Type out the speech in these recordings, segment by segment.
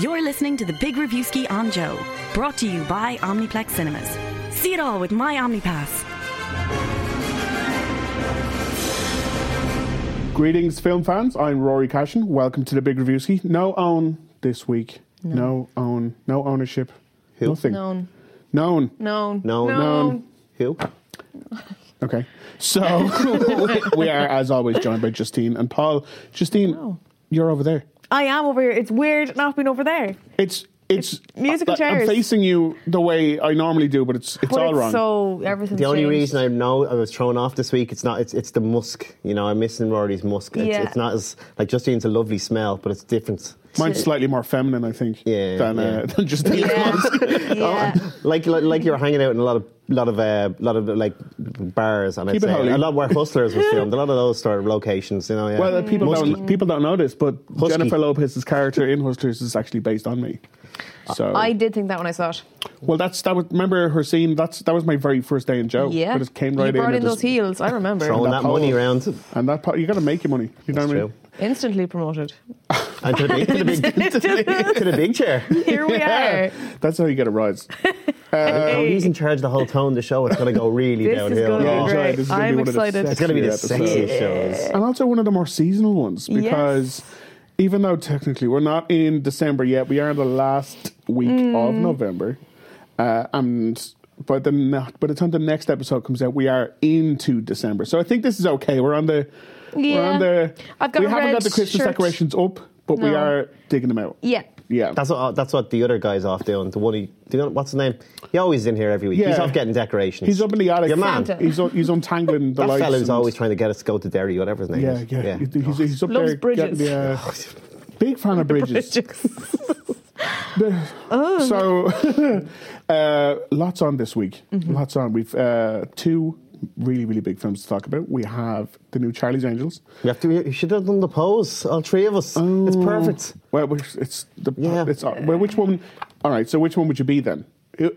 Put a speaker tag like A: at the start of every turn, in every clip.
A: You're listening to the Big Reviewski on Joe, brought to you by Omniplex Cinemas. See it all with my OmniPass.
B: Greetings, film fans. I'm Rory Cashin. Welcome to the Big Reviewski. No own this week. No, own. No ownership. Nothing.
C: Known.
B: Known.
C: Known.
D: Known.
B: Known.
D: Who?
B: Okay. So we are, as always, joined by Justine and Paul. Justine, you're over there.
C: I am over here. It's weird not being over there.
B: It's it's
C: musical
B: I- I'm
C: chairs.
B: facing you the way I normally do, but it's it's
C: But
B: all
C: it's
B: wrong.
C: so everything's
D: The only
C: changed.
D: reason I know I was thrown off this week, it's not. It's it's the musk. You know, I'm missing Rory's musk. It's,
C: Yeah.
D: it's not as like Justine's a lovely smell, but it's different.
B: Mine's slightly more feminine, I think,
D: Yeah,
B: than, Uh,
D: yeah.
B: than Justine's.
C: yeah. yeah.
D: Like like, like you're hanging out in a lot of lot of uh, lot of like bars, and
B: Keep it
D: I'd say
B: holy.
D: a lot where Hustlers was filmed. A lot of those sort of locations. You know, yeah.
B: Well, uh, people
D: Musky.
B: don't people don't know this, but
D: Husky.
B: Jennifer Lopez's character in Hustlers is actually based on me. So
C: I did think that when I saw it.
B: well, that's that was remember her scene. That's that was my very first day in Joe.
C: Yeah.
B: I just came right
C: you brought
B: in.
C: in,
B: and
C: those
B: just-
C: heels. I remember.
D: throwing that,
B: that pole.
D: money around.
B: and that part, you got to make your money. You know
D: That's
B: what I
D: true.
B: mean?
C: Instantly promoted.
D: And to the big, to the big, to the, to the big chair.
C: Here we are.
B: That's how you get a rise. Uh,
D: Oh, he's in charge of the whole tone of the show. It's going to go really
C: This is
D: downhill.
C: gonna be
D: Oh.
B: enjoy.
C: great.
B: This is gonna
C: I'm
B: be one of the
C: excited.
B: sexiest
D: It's going to be the
B: episodes.
D: sexiest shows.
B: and also one of the more seasonal ones because even though technically we're not in December yet, we are in the last week of
C: Mm.
B: November, uh, and by the na- by the time the next episode comes out, we are into December. So I think this is okay. We're on the we're
C: Yeah.
B: on the
C: I've got
B: we
C: a
B: haven't
C: red
B: got the Christmas
C: shirt.
B: decorations up, but we
C: No.
B: are digging them out.
C: Yeah.
B: Yeah,
D: That's what uh, that's what the other guy's off doing. The one he, do you know, what's his name? He always in here every week. He's
B: Yeah.
D: off getting decorations.
B: he's up in the attic.
D: Your man.
C: Santa.
B: He's un- he's untangling the
D: that
B: lights.
D: fella's
B: and-
D: always trying to get us to go to Derry, whatever his name
B: Yeah,
D: is.
B: yeah. He's, he's, he's up
C: Loves
B: there
C: bridges.
B: getting the, uh, big fan of bridges.
C: Oh.
B: So, uh, lots on this week.
C: Mm-hmm.
B: Lots on. We've uh, two really, really big films to talk about. We have the new Charlie's Angels.
D: We have to. You should have done the pose. All three of us. It's
B: Oh.
D: perfect.
B: Well, which- it's the
D: Yeah.
B: it's uh, well, which one? All right. So, which one would you be then?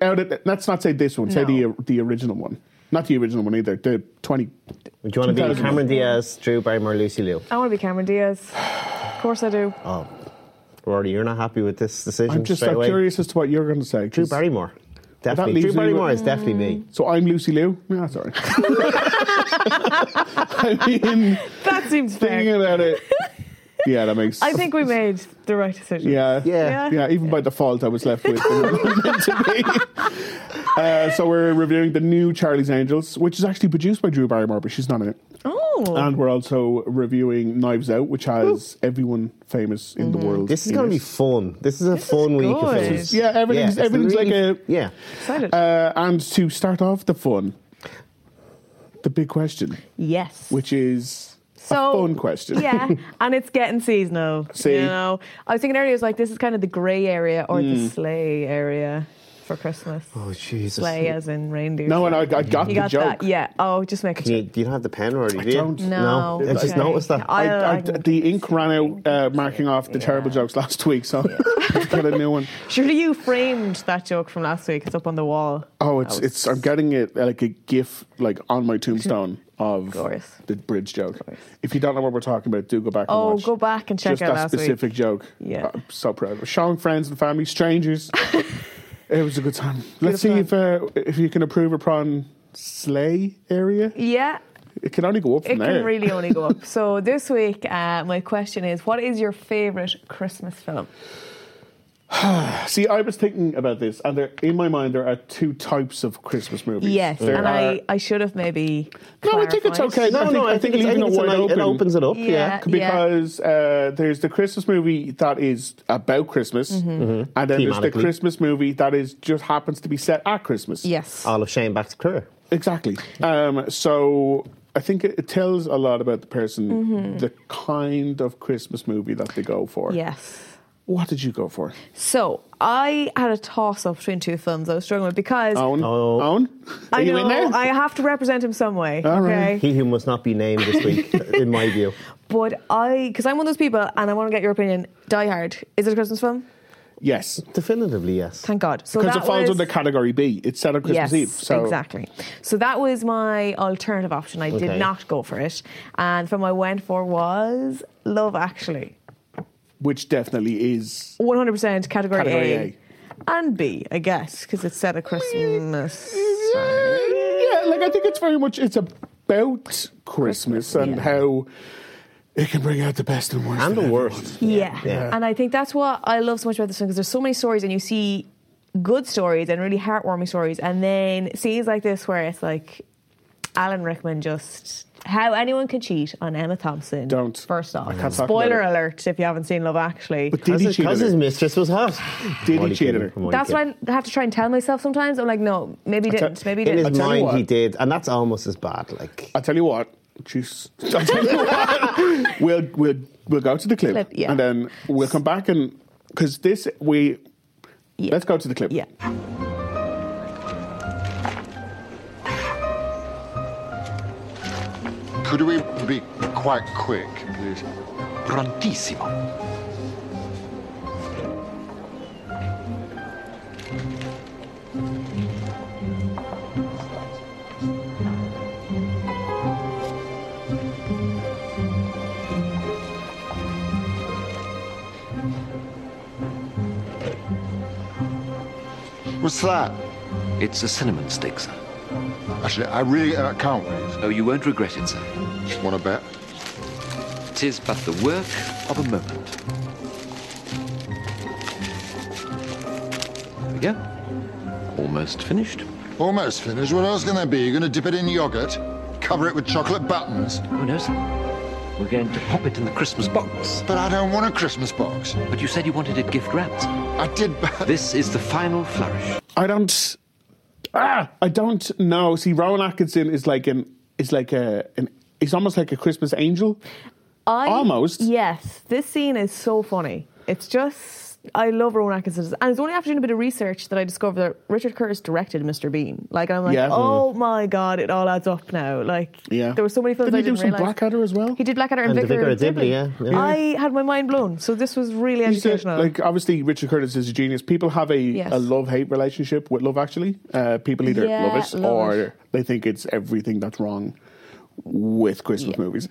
B: Out of, let's not say this one. Say the
C: No.
B: the original one. Not the original one either. The twenty.
D: Would you want to be
B: 2000.
D: Cameron Diaz, Drew Barrymore, Lucy Liu?
C: I want to be Cameron Diaz. Of course I do.
D: Oh, Rory, you're not happy with this decision
B: I'm just
D: straight
B: I'm
D: away.
B: curious as to what you're going to say.
D: Drew
B: 'cause-
D: Barrymore. Definitely.
B: leaves
D: Drew
B: me with-
D: Barrymore is definitely me.
B: So I'm Lucy Liu. No, sorry. I mean,
C: That seems
B: thinking
C: fair.
B: about it. Yeah, that makes.
C: I think we made the right decision.
B: Yeah.
D: Yeah.
B: Yeah, even by default, I was left with meant to be. Uh, so we're reviewing the new Charlie's Angels, which is actually produced by Drew Barrymore, but she's not in it.
C: Oh.
B: And we're also reviewing Knives Out, which has everyone famous in the world.
D: This is
B: in
D: going
B: it.
D: to be fun. This is a
C: This is
D: fun week.
C: good.
D: Of films.
C: This is-
B: Yeah, everything's
D: it's
B: everything's
D: really-
B: like a.
D: Yeah.
C: Excited.
B: Uh, and to start off the fun, the big question,
C: yes.
B: which is a fun question.
C: Yeah, and it's getting seasonal.
B: See?
C: You know, I was thinking earlier, it's like this is kind of the grey area or
B: Mm.
C: the sleigh area for Christmas.
D: Oh Jesus.
C: Sleigh as in reindeer.
B: No, and
C: sleigh.
B: I, I got the
C: you got
B: joke.
C: that? Yeah. Oh, just make a
D: Do you,
C: joke.
D: do you not have the pen already? do you?
B: don't.
C: No.
D: I just
C: Okay.
D: noticed that.
C: I- uh,
B: I, I,
C: can-
B: the ink ran out uh, marking off the terrible jokes last week, so I've got a new one.
C: Surely you framed that joke from last week. It's up on the wall.
B: Oh, it's it's. I'm getting it uh, like a gif, like on my tombstone of
C: Glorious.
B: the bridge joke. If you don't know what we're talking about, do go back.
C: Oh,
B: and watch.
C: go back and check
B: Just
C: out
B: that
C: last
B: specific joke.
C: Yeah.
B: I'm so proud. of it. Showing friends and family, strangers. it was a good time. Let's see
C: Good
B: if uh, if you can improve upon sleigh area.
C: Yeah.
B: It can only go up
C: It
B: from there.
C: can really only go up. So this week, uh, my question is: What is your favourite Christmas film?
B: See, I was thinking about this, and there, in my mind, there are two types of Christmas movies.
C: Yes,
B: There
C: and
B: are-
C: I, I should have maybe.
B: Uh, No, I think it's okay.
C: clarified.
B: I
D: No,
B: think-
D: no,
B: I
D: I
B: think
D: think, it's- I
B: leaving it
D: think it's a
B: wide
D: nice-
B: open.
D: it opens it up. Yeah.
C: Yeah.
B: because uh, there's the Christmas movie that is about Christmas,
C: Mm-hmm.
B: and then there's the
D: Mm-hmm. Thematically.
B: Christmas movie that is just happens to be set at Christmas.
C: Yes.
D: All of Shane back to career.
B: exactly. Um, so I think it, it tells a lot about the person,
C: Mm-hmm.
B: the kind of Christmas movie that they go for.
C: Yes.
B: What did you go for?
C: So I had a toss up between two films I was struggling with because
B: Own,
D: Oh.
B: own. Are
C: I
B: you
C: know
B: in there?
C: I have to represent him some way.
B: All right.
C: okay.
D: He who must not be named this week, in my view.
C: But I, because I'm one of those people and I want to get your opinion. Die Hard. Is it a Christmas film?
B: yes,
D: Definitively, yes.
C: Thank God. So
B: because
C: that
B: it falls
C: was,
B: under category B. It's set on Christmas
C: yes,
B: Eve. So
C: exactly. So that was my alternative option. I did
D: Okay.
C: not go for it. And the film I went for was Love Actually.
B: which definitely is
C: 100% category,
B: Category
C: A. And B, I guess, because it's set at Christmas.
B: yeah, like I think it's very much it's about Christmas and how it can bring out the best and worst.
D: And
B: in
D: the
B: everyone.
D: worst.
C: Yeah.
D: Yeah.
C: And I think that's what I love so much about this one because there's so many stories and you see good stories and really heartwarming stories and then scenes like this where it's like Alan Rickman just how anyone can cheat on Emma Thompson.
B: Don't.
C: First off.
B: I can't talk
C: Spoiler
B: about
C: alert if you haven't seen Love Actually.
B: But did
D: Because
B: he
D: his,
B: cheat? on
D: 'cause his
B: her?
D: mistress was hot.
B: Did he
D: Only
B: cheat at
D: kidding,
B: her?
D: I'm only
C: that's
D: kidding.
C: what I have to try and tell myself sometimes. I'm like, no, maybe
B: tell-
C: didn't. Maybe didn't.
D: In his
B: I tell you
D: mind, he
B: what.
D: did, and that's almost as bad. Like,
B: I tell you what, juice. I tell you what, we'll we'll we'll go to the clip,
C: Clip, yeah.
B: and then we'll come back and because this we
C: Yeah.
B: let's go to the clip.
C: Yeah.
E: Could we be quite quick, please?
F: Prontissimo.
E: What's that?
F: It's a cinnamon stick, sir.
E: Actually, I really uh, can't wait.
F: Oh, you won't regret it, sir.
E: Want to bet?
F: Tis but the work of a moment. There we go. Almost finished.
E: Almost finished. What else can there be? You're going to dip it in yogurt, cover it with chocolate buttons.
F: Oh, no, sir. We're going to pop it in the Christmas box.
E: But I don't want a Christmas box.
F: But you said you wanted it gift wrapped. sir.
E: I did. But
F: This is the final flourish.
B: I don't. Ah, I don't know. See, Rowan Atkinson is like an is like a an he's almost like a Christmas angel.
C: I,
B: Almost.
C: Yes. This scene is so funny. It's just, I love Rowan Atkinson. And it's only after doing a bit of research that I discovered that Richard Curtis directed Mr. Bean. Like, I'm like,
B: Yeah.
D: Mm-hmm.
C: oh my God, it all adds up now. Like,
B: Yeah.
C: there were so many films
B: Didn't
C: I
B: he do
C: didn't
B: some
C: realize.
B: Blackadder as well?
C: He did Blackadder and,
D: And the
C: Vicar,
D: Vicar
C: of
D: of Dibley,
C: Dibley.
D: yeah, yeah.
C: I had my mind blown. So this was really
B: He's a-
C: educational.
B: like obviously Richard Curtis is a genius. People have a,
C: Yes.
B: a love hate relationship with Love Actually. Uh, people either
C: Yeah,
B: love it
C: love
B: or
C: it.
B: they think it's everything that's wrong with Christmas movies.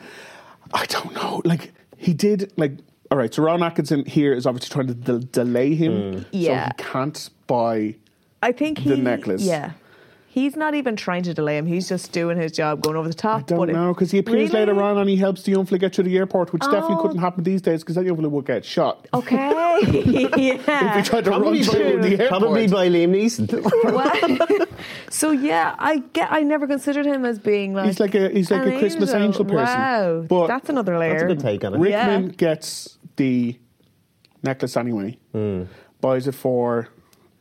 B: I don't know. Like he did like all right. So Ron Atkinson here is obviously trying to de- delay him, so
C: Yeah.
B: he can't buy.
C: I think he,
B: the necklace.
C: Yeah. He's not even trying to delay him. He's just doing his job, going over the top.
B: I don't
C: but it-
B: know because he appears
C: Really?
B: later on and he helps the young fella get through the airport, which definitely
C: Oh.
B: couldn't happen these days because that young fella would get shot.
C: Okay. yeah.
B: If he tried to run
D: probably,
B: through the
D: by,
B: airport.
D: probably by Liam Neeson.
C: Well, so yeah, I get. I never considered him as being like.
B: He's like a he's like
C: an
B: a Christmas angel, person.
C: Wow,
B: But
C: that's another layer.
D: That's a good take on it.
B: Rickman
C: Yeah.
B: gets the necklace anyway. Buys it for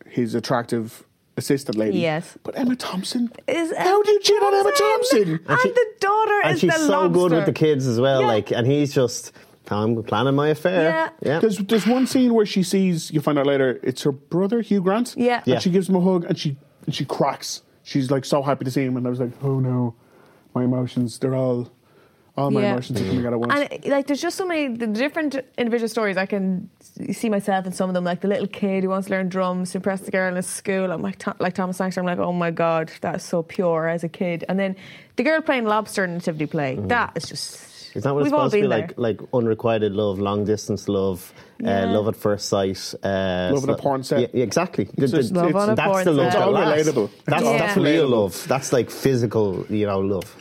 B: his attractive assistant lady.
C: Yes.
B: but Emma Thompson.
C: Is
B: How do you cheat on Emma Thompson?
C: And,
D: she-
C: the daughter
D: and
C: is
D: she's
C: the
D: so good with
C: lobster.
D: the kids as well.
C: Yeah.
D: Like, and he's just I'm planning my affair.
C: Yeah.
B: There's there's one scene where she sees you find out later it's her brother Hugh Grant.
C: Yeah.
B: and
D: Yeah.
B: she gives him a hug and she and she cracks. She's like so happy to see him, and I was like, oh no, my emotions they're all all my
C: Yeah.
B: emotions are coming out at once.
C: And like, there's just so many the different individual stories. I can see myself in some of them. Like the little kid who wants to learn drums to impress the girl in his school. I'm like, Tho- like Thomas Sangster. I'm like, oh my god, that's so pure as a kid. And then the girl playing lobster in nativity play. That is just.
D: Mm-hmm. Is that what it's
C: We've all
D: supposed to be
C: been there.
D: like? Like unrequited love, long distance love,
C: Yeah.
D: uh, love at first sight, uh,
B: Love at a porn set.
D: Yeah, yeah, exactly. The-
B: just
D: the-
B: love
C: on a
D: that's
C: porn
D: the love
C: set. It's
D: that
B: all
D: lasts.
B: relatable.
D: That's,
C: It's
D: that's
C: all
D: real
B: relatable.
D: love. That's like physical, you know, love.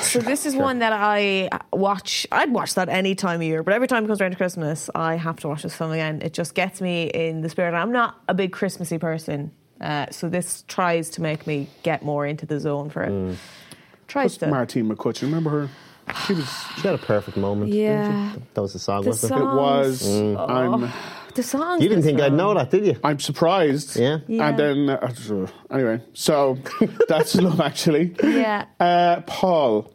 C: So this is one that I watch. I'd watch that any time of year, but every time it comes around to Christmas, I have to watch this film again. It just gets me in the spirit. I'm not a big Christmassy person, uh, so this tries to make me get more into the zone for it.
D: Mm.
C: Tries to.
B: Martine McCutcheon, remember her? She was
D: She had a perfect moment. didn't
C: Yeah.
D: she? That was the song,
C: The
D: wasn't
B: It
C: song.
D: it?
B: was. I'm.
C: The songs.
D: You didn't
C: in
D: think
C: this
D: I'd
C: film.
D: know that, did you?
B: I'm surprised.
D: Yeah.
C: Yeah.
B: And then uh, anyway, so that's love actually.
C: Yeah.
B: Uh, Paul,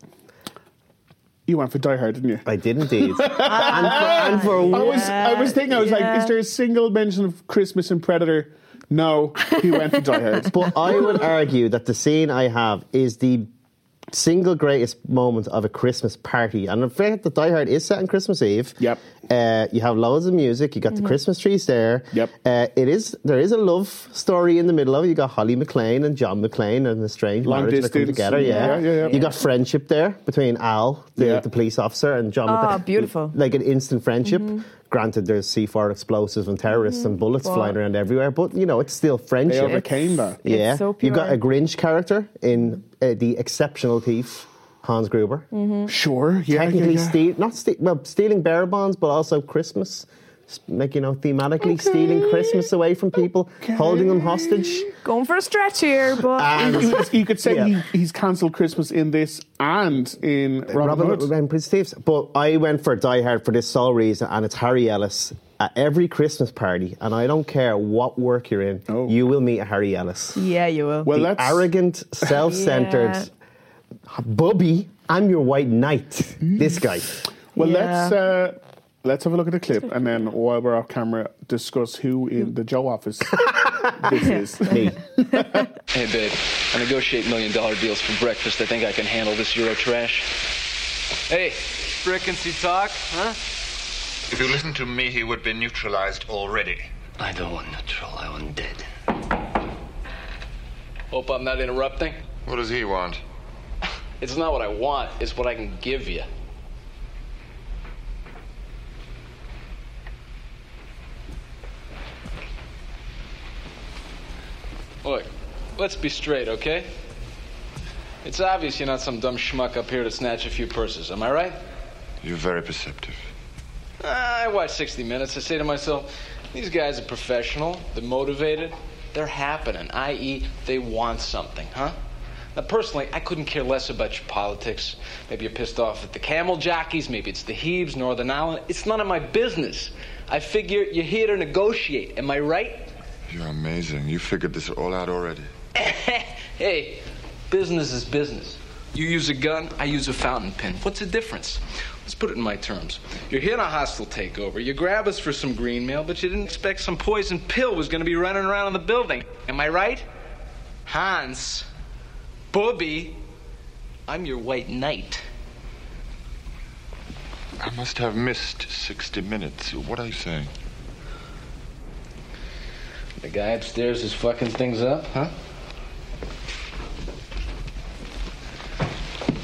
B: you went for Die Hard, didn't you?
D: I did indeed. and for, and for
B: I
D: once,
B: was. I was thinking. I was
C: Yeah.
B: like, is there a single mention of Christmas and Predator? No, he went for Die Hard.
D: But I would argue that the scene I have is the single greatest moment of a Christmas party. And in fact, the Die Hard is set on Christmas Eve.
B: Yep.
D: Uh, you have loads of music. You got
C: Mm-hmm.
D: the Christmas trees there.
B: Yep.
D: Uh, it is there is a love story in the middle of it. You got Holly McLean and John McLean and the strange
B: Long
D: marriage that come
B: distance.
D: together. Yeah.
B: Yeah, yeah, yeah.
D: You got friendship there between Al, the,
B: Yeah.
D: the police officer, and John.
C: Ah,
D: McLean.
C: beautiful. Mm-hmm.
D: Like an instant friendship. granted, there's C4 explosives and terrorists and bullets
C: But-
D: flying around everywhere, but you know, it's still
B: They
D: friendship.
B: overcame that.
C: It's
D: yeah,
C: so
D: you've got
C: pure.
D: a Grinch character in uh, the exceptional thief Hans Gruber.
B: Sure. Mm-hmm. Yeah. yeah,
D: Technically,
B: yeah.
D: steal not steal well stealing bearer bonds, but also Christmas. S- Like you know, thematically stealing Christmas away from people, holding them hostage.
C: Going for a stretch here, but
D: Ah.
B: You could- you could say
D: Yeah.
B: he, he's cancelled Christmas in this and in Robin,
D: Robin
B: Hood.
D: Hood and Prince Thieves. But I went for Die Hard for this sole reason, and it's Harry Ellis at every Christmas party, and I don't care what work you're in,
B: Oh.
D: you will meet a Harry Ellis.
C: yeah, you will.
B: Well,
D: the
B: that's
D: arrogant, self-centered Bubby. I'm your white knight. This guy.
B: Well,
C: Yeah.
B: let's uh, let's have a look at the clip, and then while we're off camera, discuss who in the Joe office this is.
D: Me.
G: Hey, babe. I negotiate million dollar deals for breakfast. I think I can handle this Euro trash. Hey, frequency talk, huh?
H: If you listened to me, he would be neutralized already.
F: I don't want neutral, I want dead.
G: Hope I'm not interrupting.
E: What does he want?
G: It's not what I want, it's what I can give you. Look, let's be straight, okay? It's obvious you're not some dumb schmuck up here to snatch a few purses, am I right?
E: You're very perceptive.
G: I watch 60 Minutes. I say to myself, these guys are professional, they're motivated, they're happening, i.e., they want something, huh? Now, personally, I couldn't care less about your politics. Maybe you're pissed off at the camel jockeys, maybe it's the Hebes, Northern Ireland. It's none of my business. I figure you're here to negotiate. Am I right?
E: You're amazing. You figured this all out already.
G: hey, business is business. You use a gun, I use a fountain pen. What's the difference? Let's put it in my terms. You're here in a hostile takeover. You grab us for some green mail, but you didn't expect some poison pill was going to be running around in the building. Am I right? Hans, Booby, I'm your white knight.
E: I must have missed 60 minutes. What are you saying?
G: The guy upstairs is fucking things up, huh?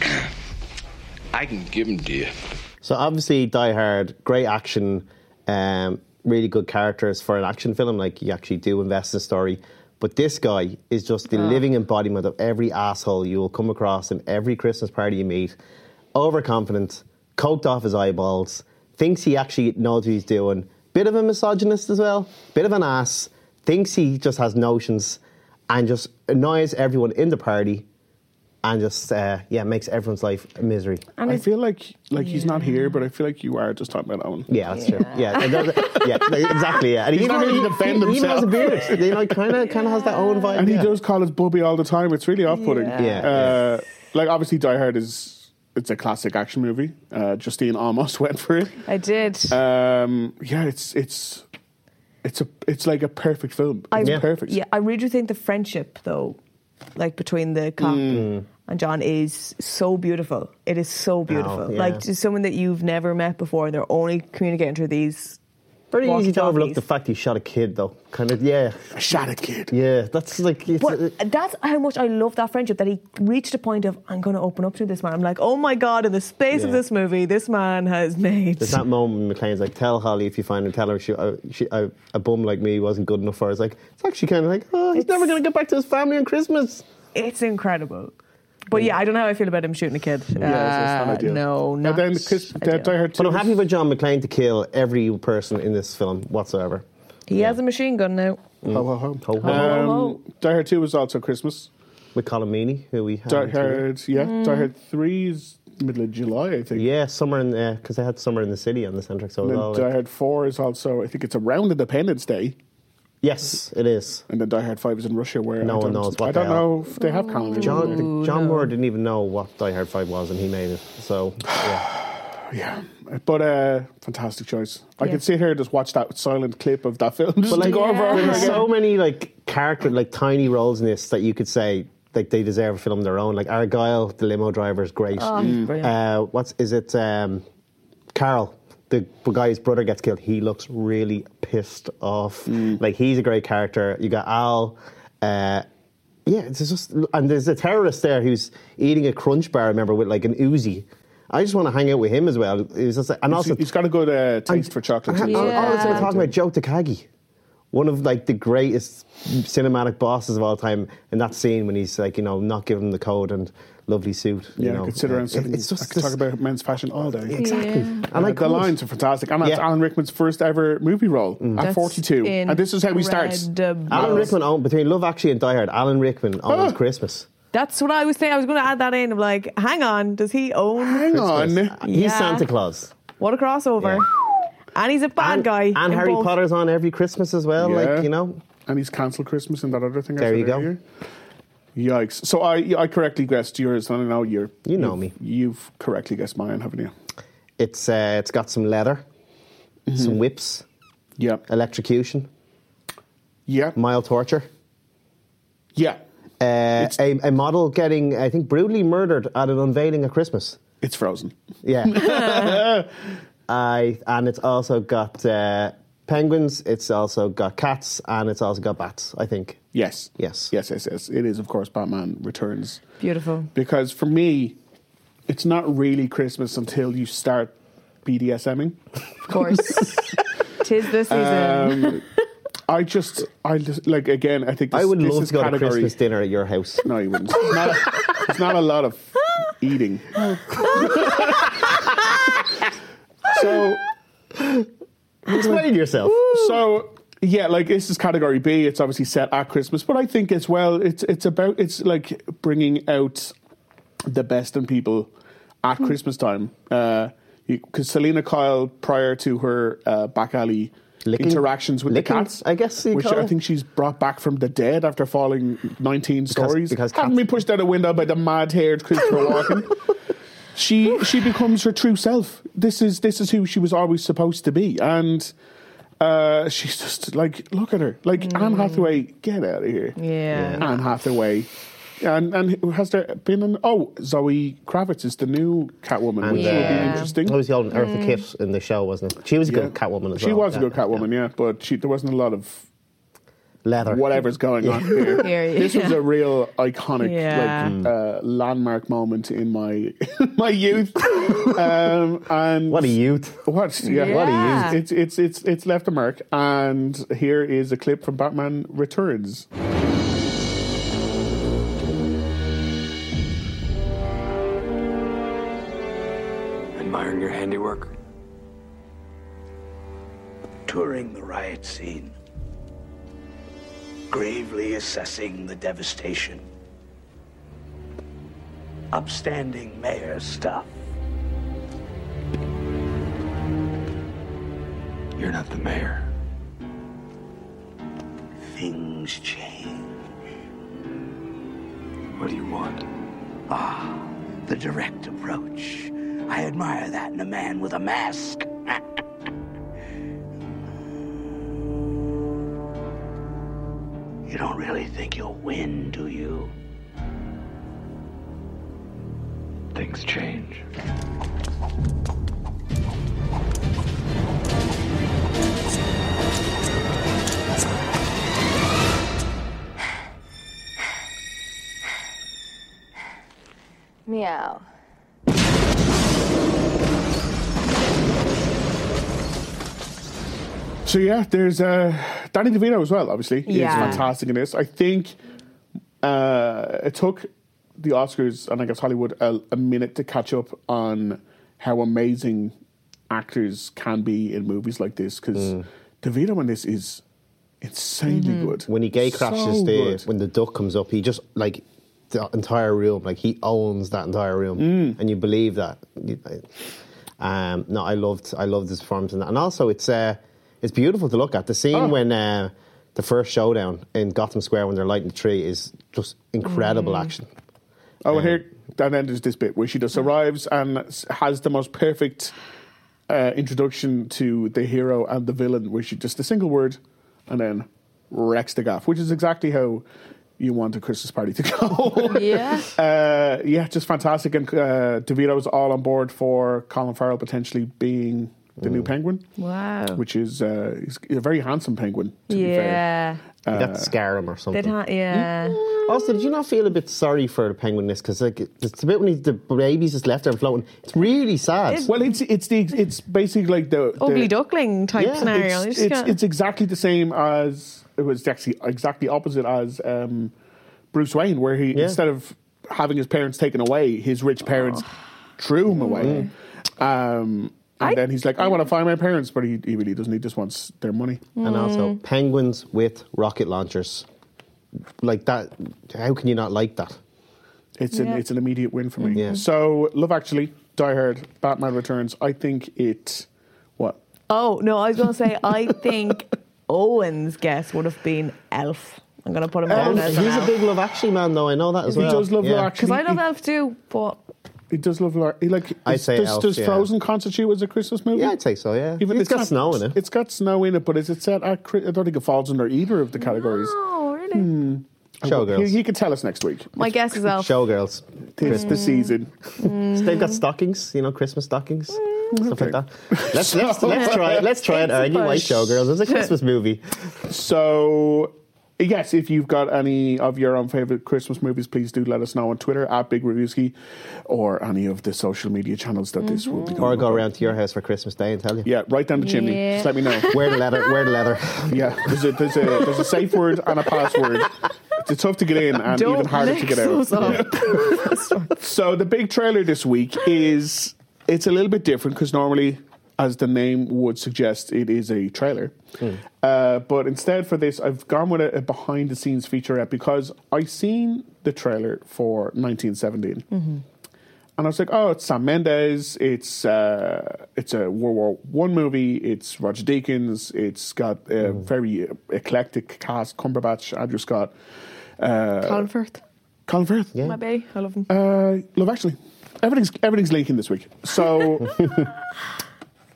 G: I can give him to you.
D: So obviously, Die Hard, great action, um, really good characters for an action film. Like you actually do invest in story. But this guy is just the living embodiment of every asshole you will come across in every Christmas party you meet. Overconfident, coked off his eyeballs, thinks he actually knows what he's doing. Bit of a misogynist as well. Bit of an ass. Thinks he just has notions, and just annoys everyone in the party, and just uh, yeah makes everyone's life a misery.
C: and
B: I
C: it's-
B: feel like like he's not here, but I feel like you are just talking about Owen.
D: Yeah, that's true. Yeah, and that- yeah, exactly. Yeah, and
B: He's not here to defend
D: he even has a
B: himself.
D: beard. You know, kind of, kind of has that own vibe.
B: And he
D: yeah.
B: does call us Bubby all the time. It's really off-putting.
C: Yeah.
D: Yeah,
B: Uh, Like obviously, Die Hard is it's a classic action movie. Uh, Justine almost went for it.
C: I did.
D: uh,
B: Um, yeah, it's it's it's a it's like a perfect film.
C: I,
B: It's
D: Yeah.
B: perfect.
C: Yeah, I really do think the friendship though, like between the cop and John, is so beautiful. It is so beautiful.
D: yeah.
C: Like just someone that you've never met before, and they're only communicating through these.
D: Pretty easy to
C: walkie-talkies.
D: overlook the fact he shot a kid, though. Kind of, yeah,
B: I shot a
C: Uh,
B: kid.
D: yeah. That's like, it's, uh,
C: But that's how much I love that friendship. That he reached a point of I'm going to open up to this man. I'm like, oh my god! In the space of
D: Yeah.
C: this movie, this man has made.
D: there's that moment when McLean's like, "Tell Holly if you find her, tell her she, uh, she uh, a bum like me wasn't good enough for." her. It's like, it's actually kind of like, oh, he's
C: It's-
D: never gonna get back to his family on Christmas.
C: It's incredible. But yeah, I don't know how I feel about him shooting a kid.
B: Yeah, it's, it's not
C: Uh,
B: ideal.
C: No, not.
B: But then Chris,
C: ideal.
B: Die Hard 2
D: But I'm
B: was-
D: happy for John McClane to kill every person in this film whatsoever.
C: He has a machine gun now.
B: Ho, ho, Mm. ho.
D: Ho, ho,
C: ho,
B: Um,
C: ho.
B: Die Hard 2 was also Christmas.
D: With Colin Meaney, who we had.
B: Die Hard, yeah.
C: Mm.
B: Die Hard 3 is middle of July, I think.
D: Yeah, summer in because I had summer in the city on the soundtrack. So it
B: And
D: was
B: then
D: all
B: Die
D: like,
B: Hard 4 is also, I think it's around Independence Day.
D: yes, it is.
B: And then Die Hard 5 is in Russia, where I
D: No one
B: don't,
D: knows what
B: I don't
D: the hell.
B: know if they have calendars.
D: John
B: in there.
D: John Moore didn't even know what Die Hard Five was, and he made it. So yeah.
B: Yeah. But uh, fantastic choice. I
C: Mm. Yeah.
B: could sit here and just watch that silent clip of that film. Just to
D: like,
B: go over
C: Yeah.
B: over
D: there's
B: again.
D: so many like character like tiny roles in this that you could say like they deserve a film of their own. Like Argyle, the limo driver, is great.
C: Oh,
B: Mm.
C: brilliant.
D: uh, what's is it? Um, Carl. The guy's brother gets killed. He looks really pissed off.
B: Mm.
D: Like he's a great character. You got Al. Uh, yeah, it's just and there's a terrorist there who's eating a crunch bar. I remember with like an Uzi, I just want to hang out with him as well. It's just like- and also,
B: he's got a good uh, taste for chocolate.
D: I'm
B: too.
D: also talking about Joe Takagi, one of like the greatest cinematic bosses of all time. In that scene when he's like, you know, not giving him the code and lovely suit. you
B: Yeah,
D: know.
B: I could sit around.
D: It-
B: sitting-
D: It's
B: I
D: just
B: could
D: this,
B: talk about men's fashion all day.
D: exactly.
B: And
D: And I
B: the
D: could.
B: lines are fantastic. And that's
D: Yeah.
B: Alan Rickman's first ever movie role at
C: That's
B: 42. And this is how he starts.
C: incredible.
D: Alan Rickman owned between Love Actually and Die Hard. Alan Rickman owns
B: Ah.
D: Christmas.
C: That's what I was saying. I was going to add that in. I'm like, hang on, does he own?
B: Hang on.
D: Christmas. He's
C: Yeah.
D: Santa Claus.
C: What a crossover! And he's a bad
D: and,
C: guy.
D: And
C: in
D: Harry
C: both.
D: Potter's on every Christmas as well.
B: Yeah.
D: Like you know,
B: And he's cancelled Christmas and that other thing. I
D: There
B: said
D: you go.
B: earlier. Yikes. So I I correctly guessed yours. and I know you're.
D: You know
B: you've-
D: me.
B: You've correctly guessed mine, haven't you?
D: it's uh, it's got some leather,
B: Mm-hmm.
D: some whips,
B: Yeah.
D: Uh, electrocution,
B: Yeah.
D: mild torture.
B: yeah.
D: Uh,
B: It's-
D: a, a model getting, I think, brutally murdered at an unveiling at Christmas.
B: It's frozen.
D: Yeah. I and it's also got uh, penguins. It's also got cats, and it's also got bats. I think.
B: Yes.
D: Yes.
B: Yes, yes, yes. It is, of course, Batman Returns.
C: Beautiful.
B: Because for me, it's not really Christmas until you start BDSMing.
C: Of course. Tis the season.
B: Um, I just, I just, like, again, I think this,
D: I would
B: this
D: love
B: is
D: to go to
B: category-
D: Christmas dinner at your house.
B: No, you wouldn't. It's not, it's not a lot of eating. so,
D: Explain yourself.
B: so yeah, like this is category B. It's obviously set at Christmas, but I think as well, it's it's about it's like bringing out the best in people at
D: Hmm.
B: Christmas time. Because Selena Kyle, prior to her uh, back alley.
D: Licking-
B: interactions with
D: licking,
B: the cats,
D: I guess you'd
B: which
D: call
B: I
D: it.
B: think she's brought back from the dead after falling nineteen stories.
D: because
B: having
D: cats-
B: me pushed out a window by the mad-haired Christopher Walken. she she becomes her true self. This is this is who she was always supposed to be, and uh, she's just like, look at her, like Anne Hathaway, get out of here,
C: Mm. Yeah.
B: Anne Hathaway. And and has there been an oh Zoe Kravitz is the new Catwoman, which will be
C: Yeah.
B: interesting. Mm.
D: That was the old Eartha Kitt in the show, wasn't it? She was uh, a
B: Yeah.
D: good Catwoman as
B: she
D: well.
B: was a
D: Yeah,
B: good
D: yeah,
B: Catwoman, yeah, but she, there wasn't a lot of
D: yeah. Leather.
B: whatever's going on here.
C: Here,
B: This was
C: yeah.
B: a real iconic,
C: Yeah.
D: Mm.
B: like, uh, landmark moment in my my youth. um, and
D: What a youth.
B: What? Yeah,
C: What a Yeah.
B: It's it's it's it's left a mark. And here is a clip from Batman Returns.
I: Admiring your handiwork? Touring the riot scene. Gravely assessing the devastation. Upstanding mayor stuff.
F: You're not the mayor.
I: Things change.
F: What do you want?
I: Ah. The direct approach. I admire that in a man with a mask. you don't really think you'll win, do you?
F: Things change.
J: Meow.
B: So yeah, there's uh, Danny DeVito as well. Obviously, he's
C: Yeah.
B: fantastic in this. I think uh, it took the Oscars and I guess Hollywood a, a minute to catch up on how amazing actors can be in movies like this because
D: Mm.
B: DeVito in this is insanely good.
D: When he gay
B: So
D: crashes the
B: good.
D: when the duck comes up, he just like the entire room, like he owns that entire room,
B: Mm.
D: and you believe that. You- I- Um, no, I loved I loved his performance, in that. and also it's uh, it's beautiful to look at. The scene
B: Oh.
D: when uh, the first showdown in Gotham Square when they're lighting the tree is just incredible
B: Mm.
D: action.
B: Oh, and here, and then there's this bit where she just arrives and s- has the most perfect uh, introduction to the hero and the villain, where she just a single word and then wrecks the gaff, which is exactly how you want a Christmas party to go.
C: Yeah.
B: uh, yeah, just fantastic. And uh, DeVito's all on board for Colin Farrell potentially being the new penguin.
C: Wow.
B: Which is uh, he's a very handsome penguin. To be fair.
C: yeah.
D: You'd
B: Uh,
D: have to scare him or something.
C: They'd ha- uh, yeah.
D: Also, did you not feel a bit sorry for the penguin in this? Because like, it's a bit when he's, the baby's just left there floating. It's really sad.
B: Well, it's it's the it's basically like the, the-
C: Ugly duckling type
D: Yeah,
C: scenario.
B: It's,
C: They just
B: it's-
C: got-
B: it's exactly the same as it was actually exactly opposite as um, Bruce Wayne, where he
D: Yeah.
B: instead of having his parents taken away, his rich parents threw him away. Um, and
C: Mm. I-
B: then he's like, "I want to find my parents," but he, he really doesn't. He just wants their money.
D: and also,
B: Mm.
D: penguins with rocket launchers. Like that, how can you not like that?
B: It's
C: Yeah. Mm-hmm.
B: an it's an immediate win for me.
D: Yeah.
B: So, Love Actually, Die Hard, Batman Returns. I think it. What?
C: oh, no, I was going to say, I think Owen's guess would have been Elf. I'm going to put him down as an
D: he's a
C: Elf.
D: big Love Actually man, though. I know that as
B: He
D: well.
B: does love Love Actually.
C: Because I love
B: He-
C: Elf too, but
B: He does love Love. He like.
D: I'd
B: is-
D: say
B: does,
D: Elf,
B: does
D: yeah.
B: Frozen constitute as a Christmas movie?
D: Yeah, I'd say so. Yeah,
B: Even
D: it's got
B: not-
D: snow in it.
B: It's got snow in it, but is it set? At, Chri- I don't think it falls under either of the categories.
C: Oh, really?
D: Showgirls.
B: He, he can tell us next week.
C: My guess is Elf.
D: Showgirls.
B: It's the season.
D: So they've got stockings, you know, Christmas stockings, stuff
B: Mm. Okay.
D: like that. Let's let's, let's try it. Let's try it.
C: It's a
D: Ernie White
C: push.
D: Showgirls. It's a Christmas movie.
B: So, yes, if you've got any of your own favorite Christmas movies, please do let us know on Twitter at Big Reviewski or any of the social media channels that this will be
D: Or
B: going.
D: go around to your house for Christmas Day and tell you.
B: Yeah, right down the chimney.
C: Yeah.
B: Just let me know.
D: Wear the leather. Wear the leather.
B: yeah, there's a, there's a there's a safe word and a password. It's tough to get in and even harder to
C: mix
B: get out.
C: those up.
B: So the big trailer this week is it's a little bit different because normally, as the name would suggest, it is a trailer. Uh, but instead for this, I've gone with a, a behind the scenes featurette because I seen the trailer for 1917. And I was like, oh, it's Sam Mendes. It's uh, it's a World War One movie. It's Roger Deakins. It's got a very uh, eclectic cast: Cumberbatch, Andrew Scott, uh,
C: Colin Firth.
B: Colin Firth.
D: Yeah.
C: My bae. I love him.
B: Uh, love Actually. Everything's everything's leaking this week. So,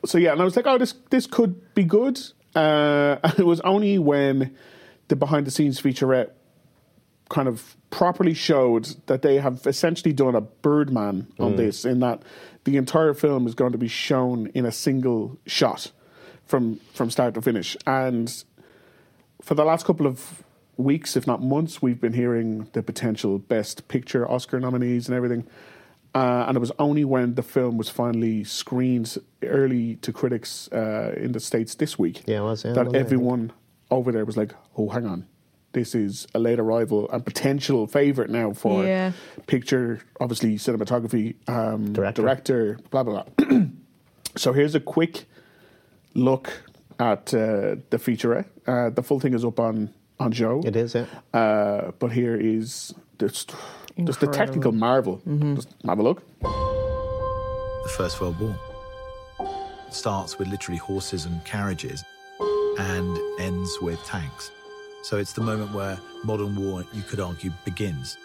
B: so yeah, and I was like, oh, this this could be good. Uh, and it was only when the behind the scenes featurette kind of properly showed that they have essentially done a Birdman
D: Mm.
B: on this, in that the entire film is going to be shown in a single shot from from start to finish. And for the last couple of weeks, if not months, we've been hearing the potential Best Picture Oscar nominees and everything. Uh, and it was only when the film was finally screened early to critics uh, in the States this week
D: Yeah, it was, yeah,
B: that
D: wasn't it, I think?
B: everyone over there was like, oh, hang on. This is a late arrival and potential favourite now for
C: Yeah.
B: picture, obviously cinematography, um,
D: Director.
B: director, blah, blah, blah. so here's a quick look at uh, the featurette. Uh, the full thing is up on on Joe.
D: It is, yeah.
B: Uh, but here is just just the technical marvel. Just have a look.
K: the First World War. It starts with literally horses and carriages and ends with tanks. So it's the moment where modern war, you could argue, begins.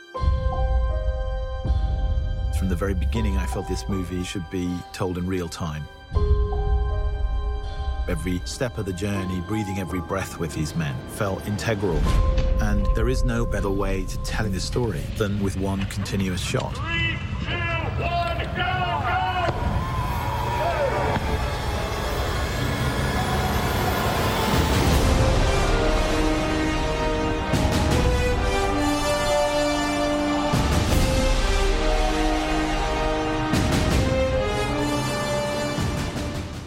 K: From the very beginning, I felt this movie should be told in real time. Every step of the journey, breathing every breath with these men, felt integral. And there is no better way to telling this story than with one continuous shot.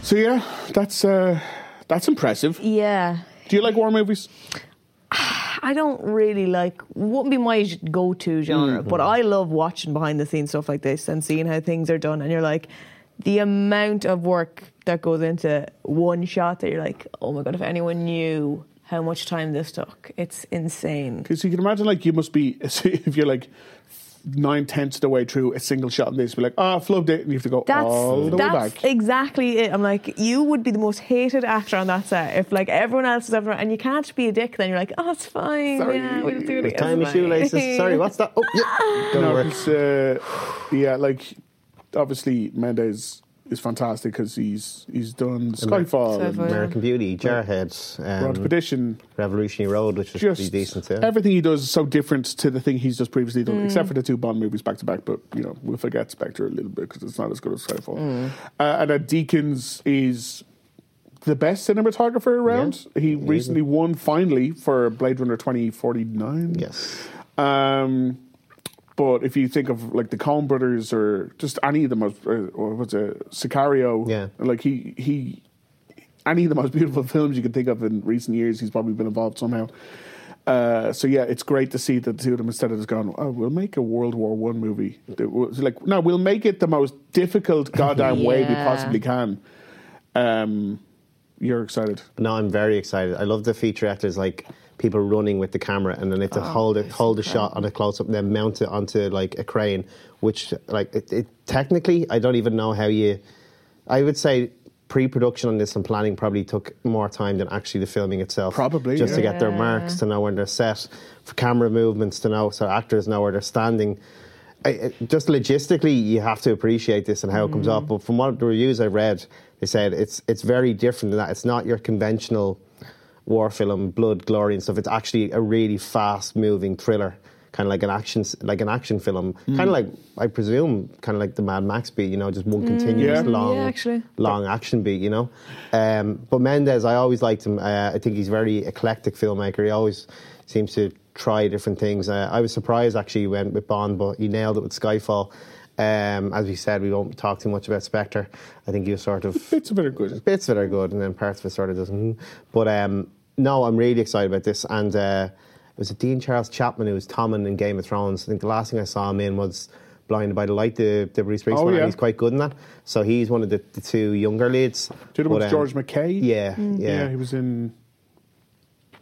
B: So yeah, that's uh, that's impressive.
C: Yeah.
B: Do you like war movies?
C: I don't really like, wouldn't be my j- go to genre, but I love watching behind the scenes stuff like this and seeing how things are done. And you're like, the amount of work that goes into one shot that you're like, oh my God, if anyone knew how much time this took, it's insane.
B: Because you can imagine, like you must be if you're like nine tenths of the way through a single shot of this, be like, ah, oh, flubbed it, and you have to go
C: That's
B: all the way
C: that's
B: back.
C: exactly it. I'm like, you would be the most hated actor on that set if like everyone else is everyone, and you can't be a dick. Then you're like, oh, it's fine.
B: Sorry.
C: Yeah, we'll do it again.
D: Time
C: It's
D: of shoelaces.
C: fine."
D: Sorry, what's that? Oh, yeah. Don't
B: No,
D: work.
B: it's, uh, yeah, like obviously Mendes is fantastic because he's he's done Skyfall, and
D: American Beauty, Jarhead, um,
B: Road to Perdition,
D: Revolutionary Road, which was
B: just
D: pretty decent. Yeah.
B: everything he does is so different to the thing he's just previously done,
D: Mm.
B: except for the two Bond movies back to back. But you know, we'll forget Spectre a little bit because it's not as good as Skyfall.
L: Mm.
B: Uh, and then Deakins is the best cinematographer around. he recently won finally for Blade Runner twenty forty nine.
D: Yes.
B: Um, but if you think of like the Coen Brothers or just any of the most, or, or was it Sicario? Yeah. Like he he, any of the most beautiful films you can think of in recent years, he's probably been involved somehow. Uh, so yeah, it's great to see that the two of them instead of just going, oh, we'll make a World War One movie. It was like, no, we'll make it the most difficult goddamn way we
D: Yeah.
B: possibly can. Um, you're excited.
D: No, I'm very excited. I love the feature actors like people running with the camera and then they have
B: Oh,
D: to hold it, hold a shot on a close up, then mount it onto like a crane. Which like it, it technically, I don't even know how you. I would say pre-production on this and planning probably took more time than actually the filming itself. Probably just to
B: yeah.
D: get their
B: Yeah.
D: marks, to know where they're set, for camera movements to know, so actors know where they're standing. I, I- just logistically, you have to appreciate this and how it comes off. But from what the reviews I read, they said it's it's very different than that. It's not your conventional war film, blood, glory, and stuff. It's actually a really fast moving thriller, kind of like an action s- like an action film, kind of like I presume, kind of like the Mad Max beat. You know, just one continuous long
C: Yeah, actually.
D: long action beat, you know. Um, but Mendes, I always liked him. Uh, I think he's a very eclectic filmmaker. He always seems to try different things. Uh, I was surprised actually he went with Bond, but he nailed it with Skyfall. Um, as we said, we won't talk too much about Spectre. I think he was sort of
B: bits of it are good,
D: bits of it are good, and then parts of it sort of doesn't. But um, no, I'm really excited about this. And uh, it was Dean Charles Chapman who was Tommen in Game of Thrones. I think the last thing I saw him in was Blinded by the Light, the, the Bruce Springsteen
B: Oh,
D: one, and
B: yeah.
D: he's quite good in that. So he's one of the, the two younger leads.
B: Do you know
D: But,
B: about
D: um,
B: George McKay?
D: Yeah, yeah.
B: yeah. He was in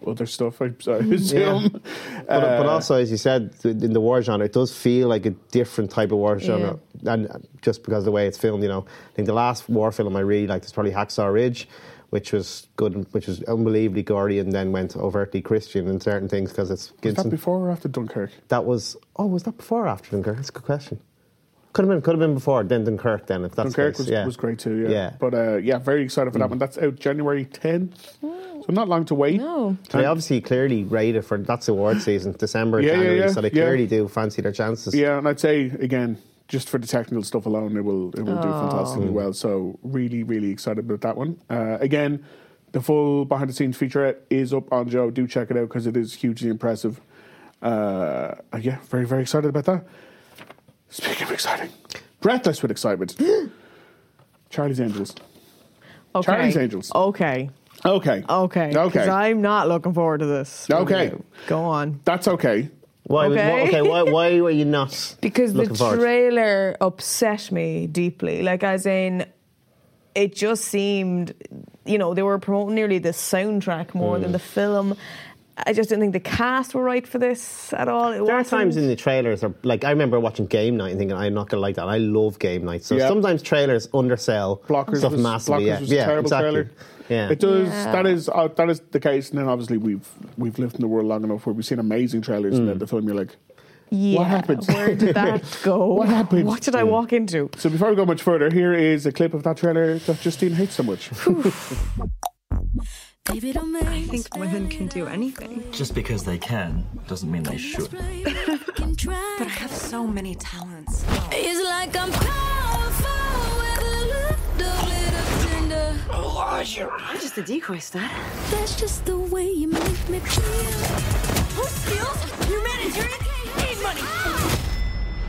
B: other stuff. I, I assume.
D: Yeah. But, but
B: Uh,
D: also, as you said, th- in the war genre, it does feel like a different type of war genre, and uh, just because of the way it's filmed, you know. I think the last war film I really liked is probably Hacksaw Ridge, which was good, and- which was unbelievably gory, and then went overtly Christian in certain things because it's
B: Was that
D: Gibson. That,
B: Uh, before or after Dunkirk?
D: was oh, was that before or after Dunkirk? That's a good question. Could have been, could have been before then Dunkirk. Then if that's the
B: Dunkirk
D: case,
B: was,
D: yeah.
B: was great too, yeah.
D: Yeah. Mm.
B: But uh, yeah, very excited for that one. That's out January 10th, so not long to wait. Uh, No.
D: They obviously clearly rated for that's award season, December,
B: Yeah, yeah,
D: January,
B: yeah,
D: so they
B: yeah.
D: clearly do fancy their chances.
B: Yeah, and I'd say again, just for the technical stuff alone, it will it will do
D: Oh.
B: fantastically
D: Mm.
B: well. So really, really excited about that one. Uh, again, the full behind the scenes featurette is up on Joe. Do check it out because it is hugely impressive. Uh, yeah, very very excited about that. Speaking of exciting, breathless with excitement. Charlie's Angels.
C: Okay.
B: Charlie's Angels.
C: Okay.
B: Okay.
C: Okay.
B: Okay.
C: Because I'm not looking forward to this.
B: Okay.
C: Go on.
B: That's okay.
D: Why?
C: Okay.
D: Why, okay. Why? Why were you not?
C: Because
D: looking
C: the
D: forward?
C: trailer upset me deeply. Like, as in, it just seemed, you know, they were promoting nearly the soundtrack more
D: Mm.
C: than the film. I just didn't think the cast were right for this at all. It
D: There are
C: wasn't-
D: times in the trailers, or like I remember watching Game Night and thinking, I'm not going to like that. I love Game Night, so
B: Yeah.
D: sometimes trailers undersell
B: Blockers
D: stuff
B: was,
D: massively.
B: Blockers
D: yeah,
B: was
D: yeah,
B: a terrible
D: exactly.
B: trailer.
D: Yeah,
B: It does.
D: Yeah.
B: That is uh, that is the case. And then obviously we've we've lived in the world long enough where we've seen amazing trailers, and
D: Mm.
B: then the film you're like,
C: Yeah,
B: what happened?
C: Where did that go? what happened? What did I walk into?
B: So before we go much further, here is a clip of that trailer that Justine hates so much.
M: I think women can do anything.
N: Just because they can doesn't mean they should.
M: but I have so many talents. It's like I'm Elijah. I'm just a decoy stud. That's just the way you make me feel. Who steals? Humanitarian aid money.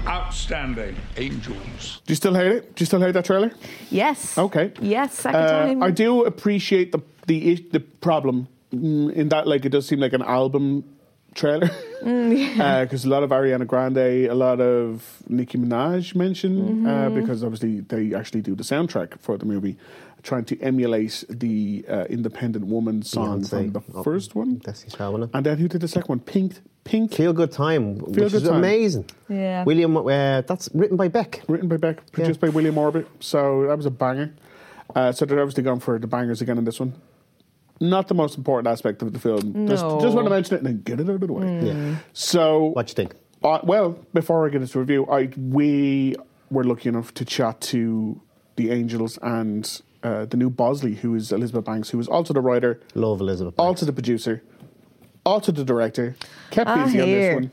H: Outstanding. Angels.
B: Do you still hate it? Do you still hate that trailer?
C: Yes.
B: Okay.
C: Yes, second
B: Uh,
C: time.
B: I do appreciate the the ish, the problem mm, in that like it does seem like an album trailer
C: Mm,
B: because a lot of Ariana Grande, a lot of Nicki Minaj mentioned
C: Mm-hmm.
B: uh, because obviously they actually do the soundtrack for the movie, trying to emulate the uh, Independent Woman song from the first one.
D: Destiny's Child.
B: And then who did the second one? Pink. Pink.
D: Feel Good Time, which
B: Good
D: is
B: Time.
D: amazing.
C: Yeah.
D: William, uh, that's written by Beck.
B: Written by Beck, produced by William Orbit. So that was a banger. Uh, so they're obviously going for the bangers again in this one. Not the most important aspect of the film. Just,
D: No.
B: just want to mention it and then get it out of the way.
D: Yeah.
B: So,
D: what do you think?
B: Uh, well, before I get into review, I we were lucky enough to chat to The Angels and uh, the new Bosley, who is Elizabeth Banks, who is also the writer.
D: Love Elizabeth.
B: Also the producer. Also the director. Kept
C: Ah,
B: busy on
C: here.
B: this one.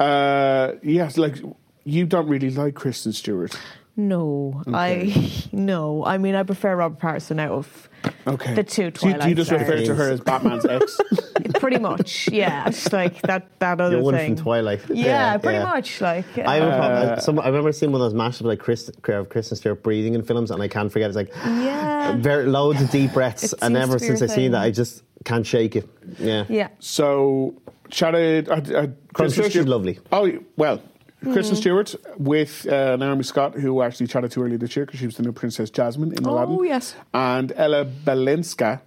B: Uh, yes, like you don't really like Kristen Stewart.
C: No, I no. I mean, I prefer Robert Patterson out of
B: Okay.
C: the two
B: So you-
C: Twilight
B: you, just refer to
C: stars.
B: her as Batman's ex.
C: pretty much. Yeah, it's like that that other
D: one
C: thing.
D: from Twilight.
C: Yeah,
D: Yeah,
C: pretty
D: yeah.
C: much. Like
D: I have a problem.
C: uh,
D: I, some, I remember seeing one of those mashups like Chris, of Kristen Stewart breathing in films, and I can't forget. It's like
C: Yeah.
D: very loads of deep breaths,
C: It
D: and
C: seems
D: ever
C: to be your
D: since I seen that,
C: thing.
D: I just can't shake it. Yeah,
C: Yeah.
B: So, chatted. Uh, uh,
D: sure she's lovely.
B: Oh well, Kristen
C: Mhm.
B: Stewart with uh, Naomi Scott, who actually chatted to earlier this year because she was the new Princess Jasmine in
C: Oh,
B: Aladdin.
C: yes.
B: and Ella Balinska,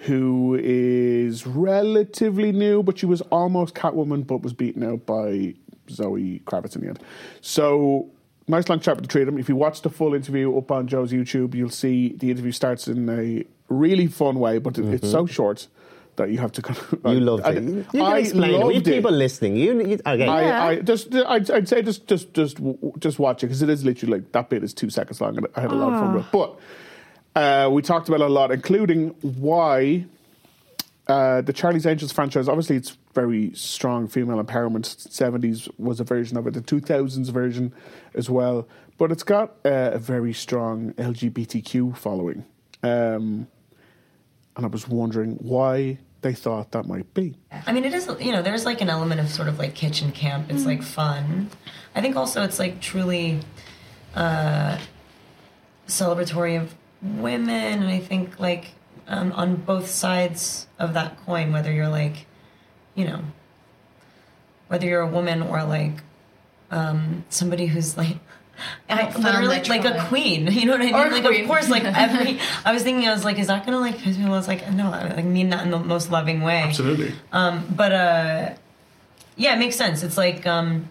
B: who is relatively new, but she was almost Catwoman, but was beaten out by Zoe Kravitz in the end. So. Nice long chat with the three of them. If you watch the full interview up on Joe's YouTube, you'll see the interview starts in a really fun way, but it it's so short that you have to kind of.
D: you loved
B: I-
D: it. You can
B: I
D: explain it. We have
B: loved it.
D: people listening. You, you okay?
B: I, I just, I'd, I'd say just, just, just, w- w- just watch it because it is literally like that bit is two seconds long, and I had a lot of fun with it. But uh, we talked about it a lot, including why uh, the Charlie's Angels franchise. Obviously, it's very strong female empowerment. Seventies was a version of it, the two thousands version as well, but it's got uh, a very strong LGBTQ following. Um, and I was wondering why they thought that might be.
L: I mean, it is, you know, there's like an element of sort of like kitchen camp. It's like fun. I think also it's like truly uh, celebratory of women. And I think like um, on both sides of that coin, whether you're like, you know, whether you're a woman or like um, somebody who's like, I,
O: found
L: literally
O: that
L: like a
O: trolley.
L: queen, you know what I mean?
O: Or a
L: like,
O: queen.
L: of course, like every. I was thinking, I was like, is that gonna like piss people? I was like, no, I like mean that in the most loving way.
P: Absolutely.
L: Um, but uh, yeah, it makes sense. It's like, um,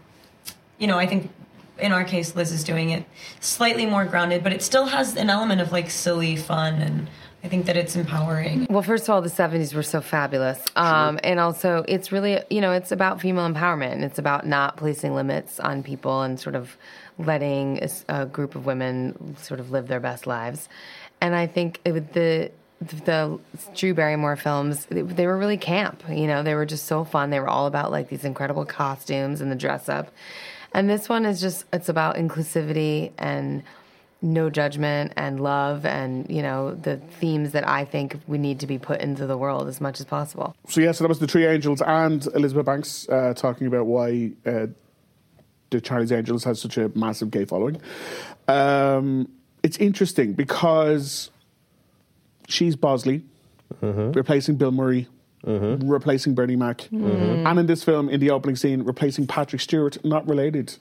L: you know, I think in our case, Liz is doing it slightly more grounded, but it still has an element of like silly fun, and I think that it's empowering.
O: Well, first of all, the 70s were so fabulous. Um, and also, it's really, you know, it's about female empowerment and it's about not placing limits on people and sort of letting a, s- a group of women sort of live their best lives. And I think it, would- the the Drew Barrymore films, they, they were really camp. You know, they were just so fun. They were all about like these incredible costumes and the dress up. And this one is just, it's about inclusivity and no judgment and love and you know the themes that i think we need to be put into the world as much as possible
B: So yeah, so that was the Three Angels and Elizabeth Banks uh, talking about why uh, the Charlie's Angels has such a massive gay following. Um, it's interesting because she's Bosley,
D: Mm-hmm.
B: replacing Bill Murray, replacing Bernie Mac,
Q: Mhm.
D: Mm-hmm.
B: and in this film, in the opening scene, replacing Patrick Stewart, not related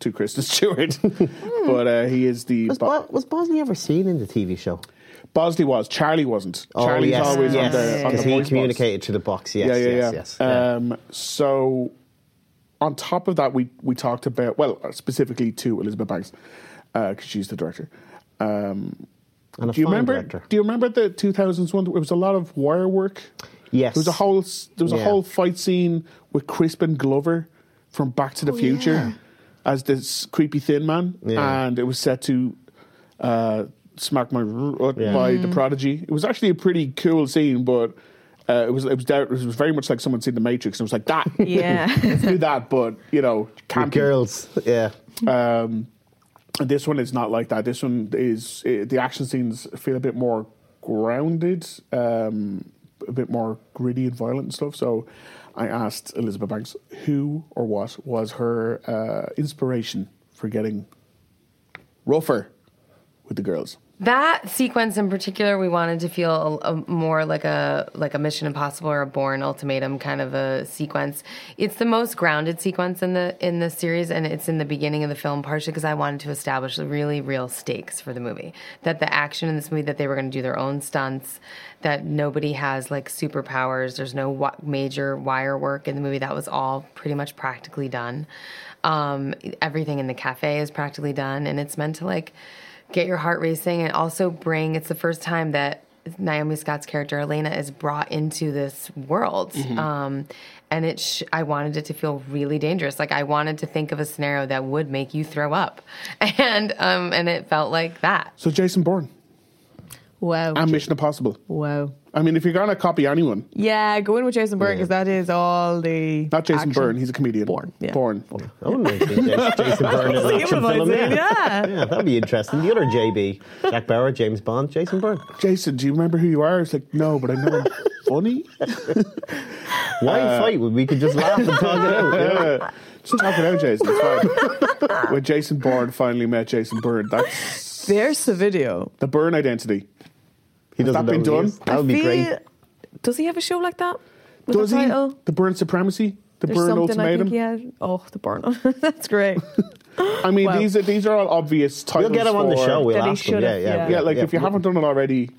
B: to Kristen Stewart,
D: Hmm.
B: but uh, he is the.
D: Was, Bo- was Bosley ever seen in the TV show?
B: Bosley was. Charlie wasn't.
D: Oh,
B: Charlie's
D: yes,
B: always
D: yes.
B: on the on the
D: Because he
B: voice box.
D: communicated to the box. Yes, yes, yes.
B: Um, so, on top of that, we we talked about well, specifically to Elizabeth Banks because she's the director. Um,
D: And a
B: do you
D: fine
B: remember?
D: director.
B: Do you remember the 2000s one? It was a lot of wire work.
D: Yes.
B: there was a whole s- there was a
D: Yeah.
B: whole fight scene with Crispin Glover from Back to the
D: Oh,
B: Future
D: yeah.
B: as this creepy thin man,
D: Yeah.
B: and it was set to uh, "Smack My R- uh,
D: Yeah.
B: by the
D: Mm.
B: Prodigy." It was actually a pretty cool scene, but uh, it was it was da- it was very much like someone seen The Matrix and was like that.
D: Yeah.
B: let's do that, but you know, campy.
D: girls, yeah.
B: Um, and this one is not like that. This one is it, the action scenes feel a bit more grounded, um, a bit more gritty and violent and stuff. So. I asked Elizabeth Banks who or what was her uh, inspiration for getting rougher with the girls.
O: that sequence in particular we wanted to feel a, a more like a like a mission impossible or a born ultimatum kind of a sequence it's the most grounded sequence in the in the series and it's in the beginning of the film partially because i wanted to establish really real stakes for the movie that the action in this movie that they were going to do their own stunts that nobody has like superpowers there's no wa- major wire work in the movie that was all pretty much practically done um, everything in the cafe is practically done and it's meant to like get your heart racing and also bring it's the first time that Naomi Scott's character Elena is brought into this world,
P: Mhm.
O: um, and it. Sh- I wanted it to feel really dangerous. Like I wanted to think of a scenario that would make you throw up, and um, and it felt like that.
B: So Jason Bourne.
C: Wow.
B: And Mission Impossible.
C: Wow.
B: I mean, if you're gonna copy anyone,
C: Yeah, go in with Jason Bourne because that is all the.
B: not Jason
C: action.
B: Bourne, he's a comedian. Bourne. Bourne.
D: I wouldn't mind seeing Jason Jason Byrne in an
C: See
D: action
C: what I
D: film.
C: see, yeah.
D: yeah, that'd be interesting. The other JB, Jack Bauer, James Bond, Jason Byrne.
B: Jason, do you remember who you are? It's like, no, but I know I'm funny.
D: Why
B: Uh,
D: fight when we could just laugh and talk it out? yeah.
B: Yeah. Just talk it out, Jason. It's fine. when Jason Bourne finally met Jason Byrne, that's
C: there's the video.
B: The Byrne identity. He
D: doesn't
B: that been
D: know who he
B: done?
D: is. That would be great.
C: Does he have a show like that? With
B: Does
C: a
B: he?
C: title?
B: The Byrne Supremacy? The
C: There's
B: Byrne
C: something I
B: Ultimatum?
C: think he had. Oh, the burn. That's great.
B: I mean, these are these are all obvious titles.
D: get him on the
B: for-
D: show, we'll That he ask him. should Yeah, have, yeah, yeah.
B: yeah. Like
D: yeah.
B: if you haven't done it already,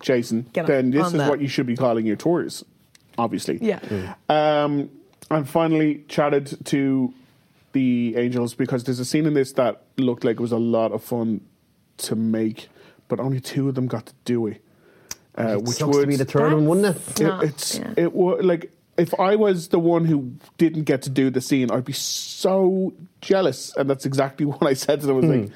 B: Jason,
C: Get him
B: then this
C: on
B: is
C: that.
B: what you should be calling your tours, obviously.
C: Yeah.
B: Um, and finally, chatted to the angels because there's a scene in this that looked like it was a lot of fun to make, but only two of them got to do it. Uh,
D: It sucks to be the third one, wouldn't it?
B: it
D: That's
B: it's
D: not-
B: it was like if I was the one who didn't get to do the scene, I'd be so jealous, and that's exactly what I said to them. I was like,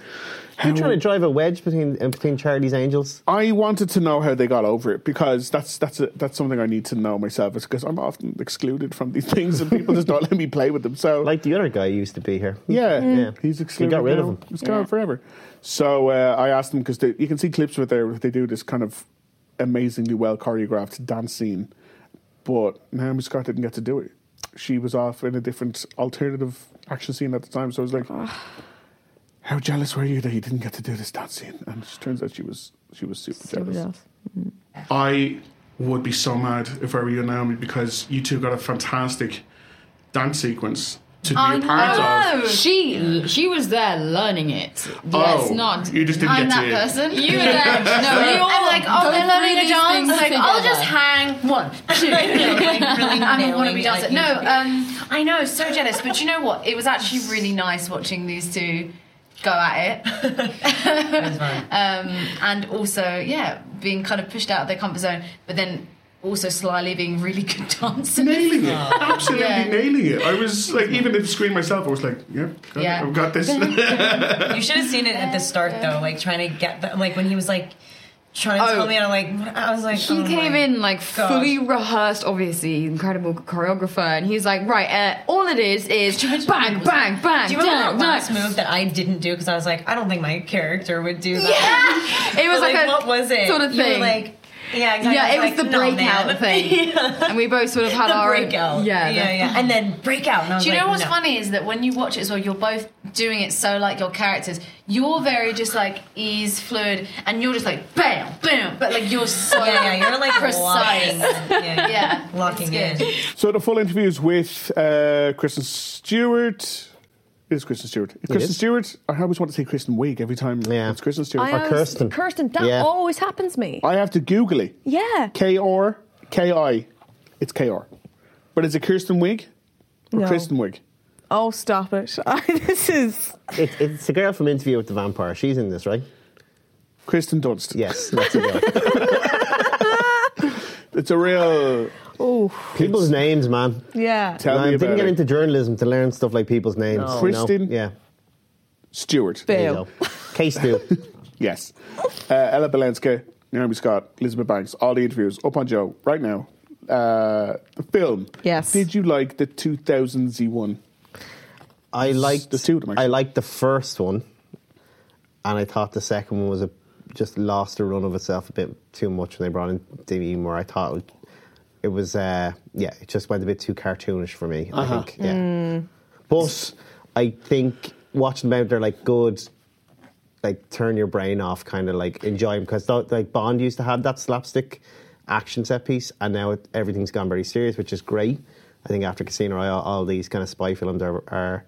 D: You Hmm. trying to drive a wedge between uh, between Charity's Angels?
B: I wanted to know how they got over it because that's that's a, that's something I need to know myself. Is because I'm often excluded from these things and people just don't let me play with them. So
D: like the other guy used to be here.
B: Yeah,
D: Mm. Yeah.
B: he's
D: He
B: excluded.
D: got rid of
B: now.
D: him.
B: He's gone forever. So uh, I asked them because you can see clips with there. They do this kind of amazingly well choreographed dance scene, but Naomi Scott didn't get to do it. She was off in a different alternative action scene at the time. So I was like, "How jealous were you that you didn't get to do this dance scene?" And it turns out she was she was super, jealous. I would be so mad if I were you, Naomi, because you two got a fantastic dance sequence to be
Q: Oh,
B: a part of.
Q: She she was there learning it. Yes,
B: Oh,
Q: not.
B: you just didn't
Q: I'm
B: get
Q: that
B: to-
Q: person. You were there. No, you all.
R: I'm like, oh,
Q: both
R: they're learning
Q: really
R: a dance.
Q: things
R: Like, I'll just
Q: together.
R: hang one, two.
Q: Yeah, like really
R: I'm a wannabe
Q: nailing,
R: dancer.
Q: like,
R: No,
Q: you-
R: um, I know, so jealous. But you know what? It was actually really nice watching these two go at it. um, and also, yeah, being kind of pushed out of their comfort zone, but then also slyly being really good dancers.
B: Nailing it, absolutely
R: Yeah.
B: nailing it. I was like, even if screen myself, I was like, yep, got
L: Yeah.
B: it. I've got this.
L: you should have seen it at the start though, like trying to get the, like when he was like trying to
Q: Oh.
L: tell me, and I'm like, I was like,
Q: He
L: oh
Q: came
L: my
Q: in like
L: gosh.
Q: fully rehearsed, obviously, incredible choreographer, and he's like, right, uh, all it is is bang, bang, bang.
L: Do you remember
Q: dun, dun.
L: that last move that I didn't do because I was like, I don't think my character would do that.
Q: Yeah! It was
L: But,
Q: like a
L: what was it?
Q: sort of
L: You were
Q: thing.
L: like, yeah, exactly.
Q: Yeah, it was
L: like,
Q: the
L: no,
Q: breakout
L: man.
Q: thing, and we both sort of had
L: The
Q: our own-
L: breakout.
Q: Yeah, the-
L: yeah, yeah. And then breakout. And I was
R: Do you know
L: like,
R: what's
L: no.
R: funny is that when you watch it as well, you're both doing it so like your characters. You're very just like ease fluid, and you're just like bam, bam. But like you're so
L: Yeah, yeah, you're, like,
R: precise.
L: locking- yeah,
R: yeah.
L: Locking in.
B: so the full interview is with uh, Kristen Stewart. It is Kristen Stewart. It's
D: It
B: Kristen
D: is.
B: Stewart. I always want to say Kristen Wiig every time. Yeah. It's Kristen Stewart.
C: I always, Kirsten, that always happens to me.
B: I have to Google it.
C: Yeah.
B: K R K I. It's K R. But is it Kirsten Wig or
C: No.
B: Kristen Wig?
C: Oh, stop it. this is.
D: It, it's the girl from Interview with the Vampire. She's in this, right?
B: Kristen Dunst.
D: Yes, that's the girl.
B: it's a real.
C: Oh,
D: people's names, man.
C: Yeah.
B: Tell
D: I
B: me
D: didn't
B: about
D: get
B: it.
D: into journalism to learn stuff like people's names.
B: No.
D: you know?
B: Kristen
D: Yeah.
B: Stewart.
D: There you go. Case two.
B: yes. Uh, Ella Balenska, Naomi Scott, Elizabeth Banks, all the interviews up on Joe right now. Uh, the film.
C: Yes.
B: Did you like the 2000 Z1?
D: I liked
B: the two of them.
D: I liked the first one, and I thought the second one was a just lost the run of itself a bit too much when they brought in Demi Moore. I thought it was- it was uh, yeah, it just went a bit too cartoonish for me.
B: Uh-huh.
D: I think yeah, but I think watching them out, they're like good. Like turn your brain off, kind of like enjoy them because like Bond used to have that slapstick action set piece, and now it, everything's gone very serious, which is great. I think after Casino Royale, all these kind of spy films are, are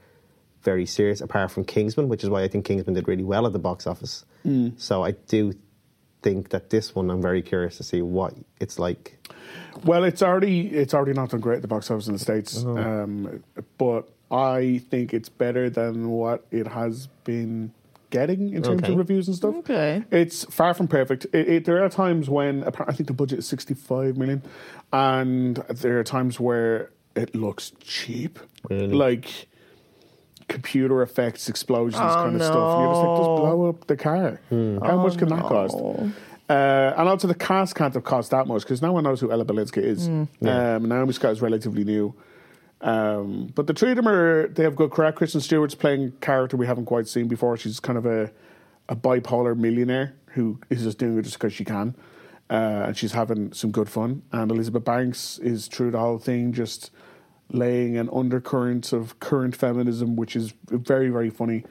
D: very serious, apart from Kingsman, which is why I think Kingsman did really well at the box office.
B: Mm.
D: So I do think that this one, I'm very curious to see what it's like.
B: Well, it's already it's already not done great at the box office in the states,
D: Oh.
B: um, but I think it's better than what it has been getting in terms
D: Okay.
B: of reviews and stuff.
C: Okay.
B: It's far from perfect. It, it, there are times when appar- I think the budget is 65 million, and there are times where it looks cheap.
D: Really?
B: Like computer effects, explosions,
D: Oh,
B: kind of stuff. You're just like,
D: no. Oh,
B: just blow up the car. How much can that cost? Uh, and also, the cast can't have cost that much because no one knows who Ella Balinska is.
D: Mm.
B: Um, Naomi Scott is relatively new. Um, but the three of them are, they have good crack. Kristen Stewart's playing a character we haven't quite seen before. She's kind of a, a bipolar millionaire who is just doing it just because she can. Uh, and she's having some good fun. And Elizabeth Banks is through the whole thing, just laying an undercurrent of current feminism, which is very, very funny.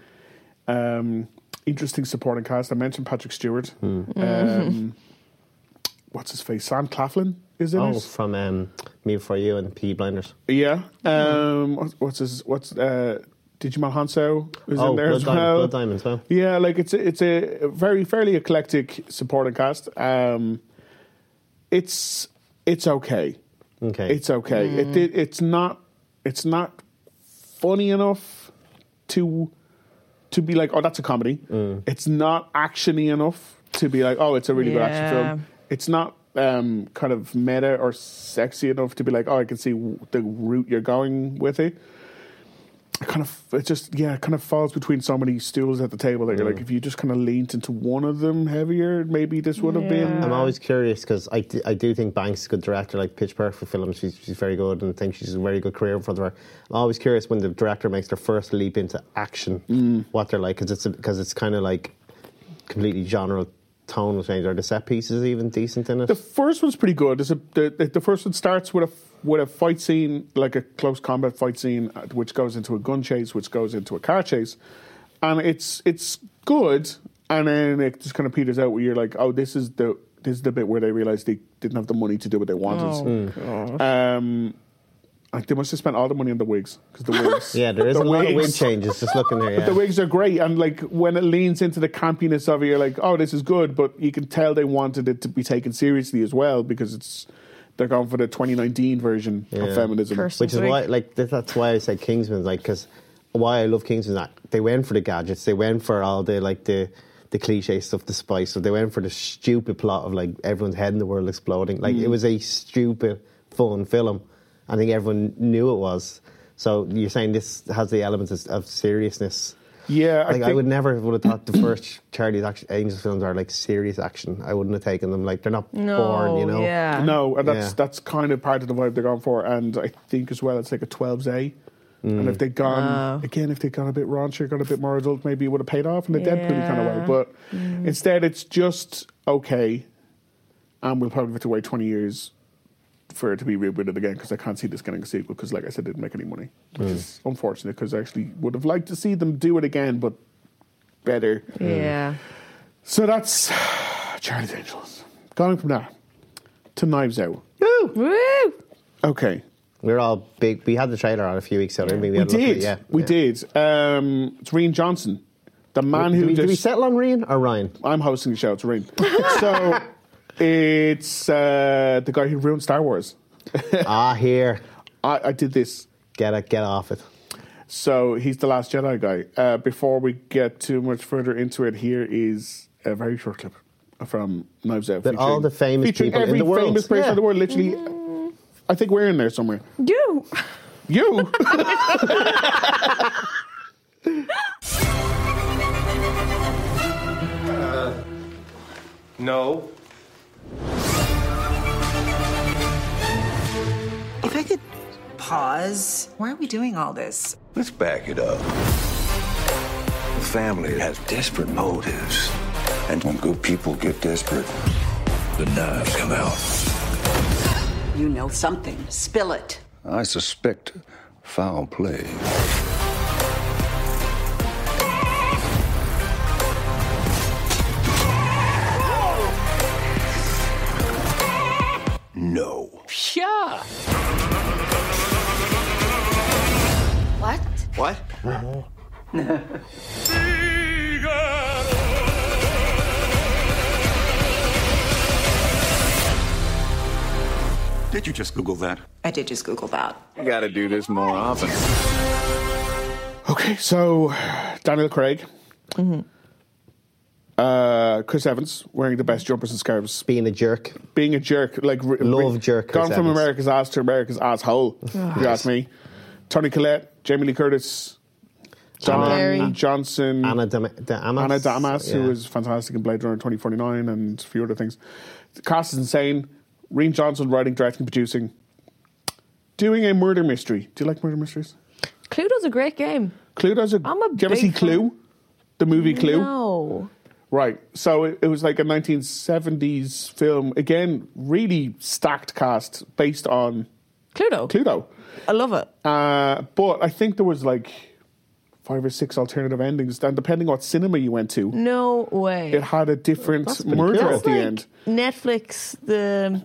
B: Um, interesting supporting cast. I mentioned Patrick Stewart. Um, what's his face? Sam Claflin is in
D: Oh,
B: it.
D: from um, Me Before You and P Blinders.
B: Yeah. Um, what's, what's his? What's uh, Digimon Hanso is
D: oh,
B: in there
D: Blood
B: as
D: Diamond,
B: well.
D: Blood Diamond as well.
B: Yeah, like it's a, it's a very fairly eclectic supporting cast. Um, it's it's okay.
D: Okay.
B: It's okay.
D: Mm.
B: It, it it's not it's not funny enough to to be like, oh, that's a comedy. It's not actiony enough to be like, oh, it's a really good action
D: Yeah.
B: film. It's not um, kind of meta or sexy enough to be like, oh, I can see w- the route you're going with it. It kind of, it just, yeah, it kind of falls between so many stools at the table that you're like, if you just kind of leaned into one of them heavier, maybe this would have been.
D: I'm always curious because I, d- I do think Banks is a good director, like Pitch Perfect films. She's, she's very good and I think she's a very good career in front of her. I'm always curious when the director makes their first leap into action,
B: Mm.
D: what they're like because it's because it's kind of like completely genre tone will change. Are the set pieces even decent in it?
B: The first one's pretty good. There's a, the, the- the first one starts with a with a fight scene, like a close combat fight scene, uh, which goes into a gun chase, which goes into a car chase, and it's it's good. And then it just kind of peters out where you're like, oh, this is the this is the bit where they realize they didn't have the money to do what they
D: Oh,
B: wanted. um, like they must have spent all the money on the wigs because the wigs.
D: yeah, there is
B: the
D: a lot of wig
B: wigs-
D: changes. Just looking there, yeah.
B: But the wigs are great, and like when it leans into the campiness of it, you're like, oh, this is good. But you can tell they wanted it to be taken seriously as well because it's they're going for the 2019 version
D: Yeah.
B: of feminism,
D: which is why, like, th- that's why I said Kingsman, like, because why I love Kingsman, that they went for the gadgets, they went for all the like the the cliche stuff, the spice stuff, they went for the stupid plot of like everyone's head in the world exploding. Like, it
B: Mm.
D: was a stupid fun film. I think everyone knew it was. So you're saying this has the elements of, of seriousness.
B: Yeah, I
D: like I,
B: think-
D: would never would have thought the first Charlie's action, Angels films are like serious action. I wouldn't have taken them. Like they're not born, you know.
B: no, and that's
D: Yeah.
B: that's kind of part of the vibe they're going for. And I think as well, it's like a 12s A. And
D: Mm.
B: if they'd gone again, if they'd gone a bit raunchier, gone a bit more adult, maybe it would have paid off in a Deadpool kind of
D: Yeah.
B: way.
D: Mm.
B: But instead, it's just okay, and we'll probably have to wait twenty years for it to be rebooted again because I can't see this getting a sequel because, like I said, it didn't make any money, which
D: Mm.
B: is unfortunate because I actually would have liked to see them do it again, but better.
C: Yeah.
B: So that's Charlie's Angels. Going from that to Knives Out.
D: Woo!
C: Woo!
B: Okay.
D: We were all big. We had the trailer on a few weeks ago. didn't We,
B: We
D: had a look at
B: did.
D: it, yeah.
B: We did. Um, it's Reen Johnson, the man
D: Do
B: who
D: we- do
B: just,
D: we settle on Reen or Ryan?
B: I'm hosting the show. It's Reen. so it's uh, the guy who ruined Star Wars.
D: ah, here.
B: I, I did this.
D: Get it. Get off it.
B: So he's the last Jedi guy. Uh, before we get too much further into it, here is a very short clip from Knives Out.
D: That all
B: featuring-
D: the famous
B: featuring
D: people in
B: every
D: the world.
B: famous person
D: Yeah.
B: in the world. Literally, I think we're in there somewhere.
C: You.
B: You.
P: No.
S: If I could pause, why are we doing all this?
T: Let's back it up. The family has desperate motives. And when good people get desperate, the knives come out.
U: You know something. Spill it.
T: I suspect foul play. No.
U: Yeah. What?
T: What?
V: Did you just Google that?
U: I did just Google that.
V: You gotta do this more often.
B: Okay, so Daniel Craig Uh, Chris Evans wearing the best jumpers and scarves,
D: being a jerk,
B: being a jerk, like re-
D: Love
B: re-
D: jerk Chris
B: gone from
D: Evans.
B: America's ass to America's asshole. if
D: Oh.
B: you ask me, Tony Collette, Jamie Lee Curtis, John
D: Anna-
B: Johnson,
D: Anna Dam- Damas.
B: Mm. Anna Damas,
D: Yeah.
B: who was fantastic in Blade Runner 2049 and a few other things. The cast is insane. Reen Johnson writing, directing, producing. Doing a murder mystery. Do you like murder mysteries?
C: Cluedo's a great game.
B: Cluedo's a.
C: I'm a
B: do you ever
C: big
B: see
C: fan-
B: Clue? The movie Clue?
C: No.
B: Right. So it, it was like a 1970s film. Again, really stacked cast based on
C: Cluedo.
B: Cluedo.
C: I love it.
B: Uh, but I think there was like five or six alternative endings, and depending what cinema you went to,
C: No way.
B: it had a different
C: That's
B: murder
C: That's
B: at the
C: like
B: end.
C: Netflix, the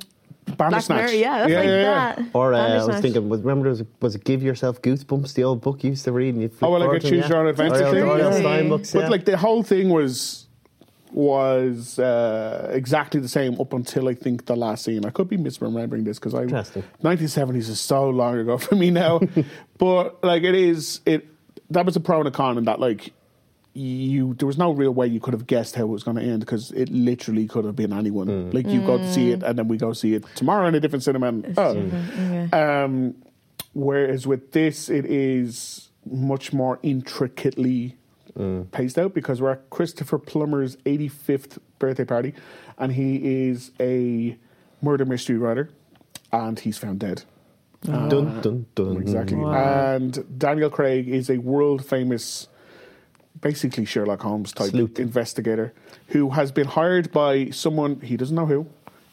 C: Black
B: Bandersnatch.
C: Mirror, yeah, that's like that.
D: Or uh, I was
C: Bandersnatch.
D: thinking, was, remember, there was, was it Give Yourself Goosebumps, the old book you used to read? And you
B: Oh, well, like a choose your own adventure thing. yeah. but like the whole thing was was uh, exactly the same up until I think the last scene. I could be misremembering this because I
D: Interesting.
B: 1970s is so long ago for me now, but like it is it that was a pro and a con in that like you there was no real way you could have guessed how it was going to end because it literally could have been anyone. Like you go to see it and then we go see it tomorrow in a different cinema. And, oh. Um, whereas with this, it is much more intricately paced out because we're at Christopher Plummer's 85th birthday party, and he is a murder mystery writer, and he's found dead.
D: Dun, dun, dun.
B: Oh, Exactly. And Daniel Craig is a world famous, basically Sherlock Holmes type investigator who has been hired by someone he doesn't know who,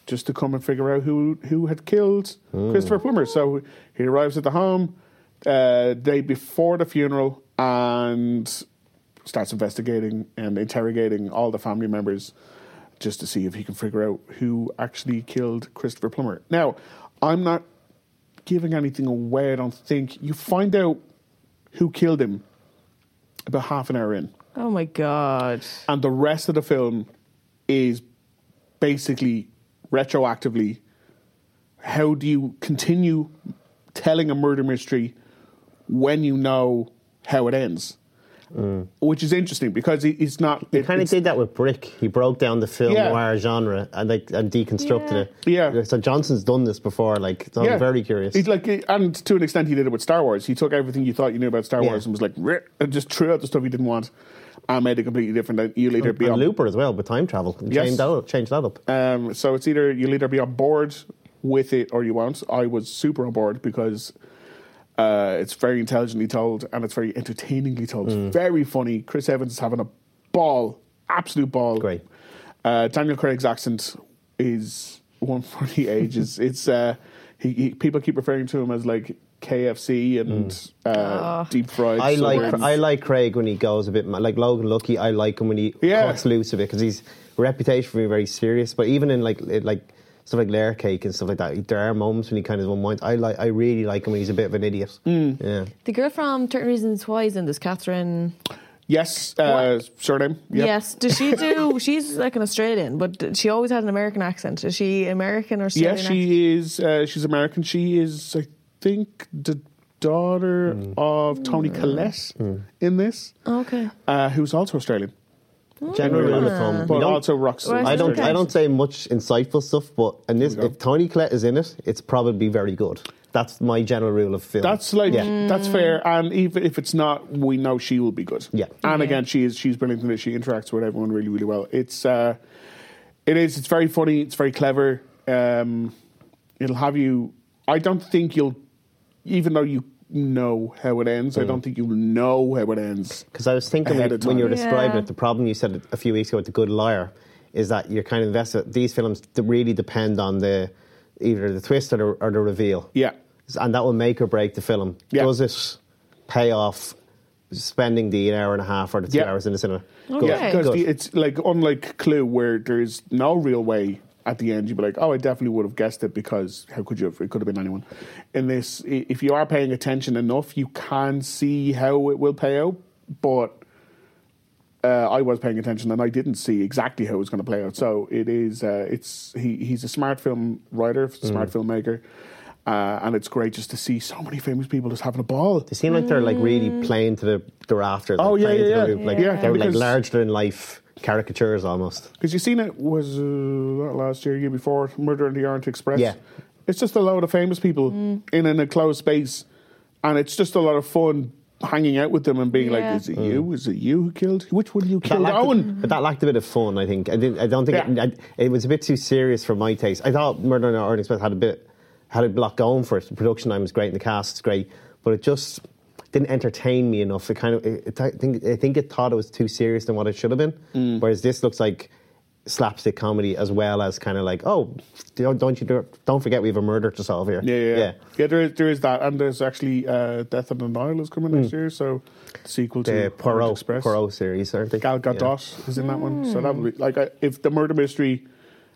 B: just to come and figure out who who had killed Christopher Plummer. So he arrives at the home uh, day before the funeral and starts investigating and interrogating all the family members just to see if he can figure out who actually killed Christopher Plummer. Now, I'm not giving anything away, I don't think. You find out who killed him about half an hour in.
C: Oh my god.
B: And the rest of the film is basically retroactively how do you continue telling a murder mystery when you know how it ends? Which is interesting because it- it's not.
D: He
B: it-
D: kind of
B: it's-
D: Mm. did that with Brick. He broke down the film
B: Yeah.
D: noir genre and like and deconstructed it.
B: Yeah.
D: So Johnson's done this before. Like, so I'm very curious.
B: It's like, and to an extent, he did it with Star Wars. He took everything you thought you knew about Star Wars and was like, "Rip," and just threw out the stuff you didn't want and made it completely different. And You'll either
D: and
B: be on
D: Looper as well with time travel. He
B: Yes.
D: Changed that up. Changed that up.
B: Um, so it's either you'll either be on board with it or you won't. I was super on board because uh, it's very intelligently told and it's very entertainingly told.
D: Mm.
B: Very funny. Chris Evans is having a ball, absolute ball. Great. Uh, Daniel Craig's accent is one for the ages. it's uh, he, he, people keep referring to him as like KFC and uh, deep fried.
D: Mm. I like
B: swords.
D: I like Craig when he goes a bit ma- like Logan Lucky. I like him when he cuts loose a bit because his reputation for being very serious. But even in like it, like stuff like Layer Cake and stuff like that, there are moments when he kind of unwinds. I like I really like him when he's a bit of an idiot.
B: Mm.
D: Yeah,
C: The girl from 13 Reasons Why is in this, Catherine.
B: yes uh, surname. Yep.
C: Yes. Does she do? she's like an Australian, but d- she always had an American accent. Is she American or
B: Yeah,
C: Australian?
B: she is. Uh, she's American. She is, I think, the daughter of Tony
D: Mm.
B: Collette in this,
C: accent? Oh, Okay.
B: uh, who's also Australian.
D: general rule of thumb.
B: But
D: We don't-
B: also rocks.
C: Where's
D: I don't
C: Okay.
D: I don't say much insightful stuff, but and this if Tony Collette is in it, it's probably very good. That's my general rule of film.
B: That's like
D: yeah. Mm.
B: that's fair, and even if it's not, we know she will be good.
D: Yeah.
B: and again, she is she's brilliant in it. She interacts with everyone really, really well. It's uh, it is. It's very funny. It's very clever. Um, it'll have you. I don't think you'll, even though you know how it ends,
D: Mm.
B: I don't think you know how it ends.
D: Because I was thinking
B: Ahead
D: when,
B: of
D: when you were
B: time.
D: describing
B: Yeah.
D: it, the problem you said a few weeks ago with The Good Liar is that you're kind of invested. These films d- really depend on the either the twist or the, or the reveal.
B: Yeah.
D: And that will make or break the film.
B: Yeah.
D: Does it pay off spending the hour and a half or the two
B: Yeah.
D: hours in the cinema?
B: Yeah, because the- it's like unlike Clue, where there's no real way at the end. You'd be like, "Oh, I definitely would have guessed it," because how could you? have It could have been anyone. In this, i- if you are paying attention enough, you can see how it will play out. But uh, I was paying attention and I didn't see exactly how it was going to play out. So it is. Uh, it's he, he's a smart film writer, smart filmmaker. Uh, and it's great just to see so many famous people just having a ball. They
D: seem like they're like really playing to the, their after. Like
B: Oh, yeah,
D: playing
B: yeah,
D: to the
B: yeah.
D: roof, Like
B: Yeah.
D: they're like
B: Because-
D: larger than life caricatures almost.
B: Because you seen it was uh, not last year, year before, Murder in the Orient Express.
D: Yeah.
B: It's just a lot of famous people in an enclosed space, and it's just a lot of fun hanging out with them and being
D: Yeah.
B: like, "Is it you? Is it you who killed? Which one you
D: Mm. That
B: killed?"
D: lacked a-
B: Owen.
D: but that lacked a bit of fun. I think I didn't. I don't think it, I, it was a bit too serious for my taste. I thought Murder on the Orient Express had a bit had a lot going for it. The production line was great, and the cast was great, but it just didn't entertain me enough. It kind of it, it- I think I think it thought it was too serious than what it should have been.
B: Mm.
D: Whereas this looks like slapstick comedy as well as kind of like oh don't, don't you do- don't forget we have a murder to solve here.
B: Yeah, yeah, yeah. yeah there, is, there is that, and there's actually uh, Death on the Nile is coming next year, so sequel to
D: Mm. The
B: Orient
D: Poirot,
B: Express.
D: Poirot series, aren't they?
B: Gal Gadot is in that one, so that would be like I, if the murder mystery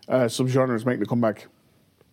B: uh, subgenre is making a comeback.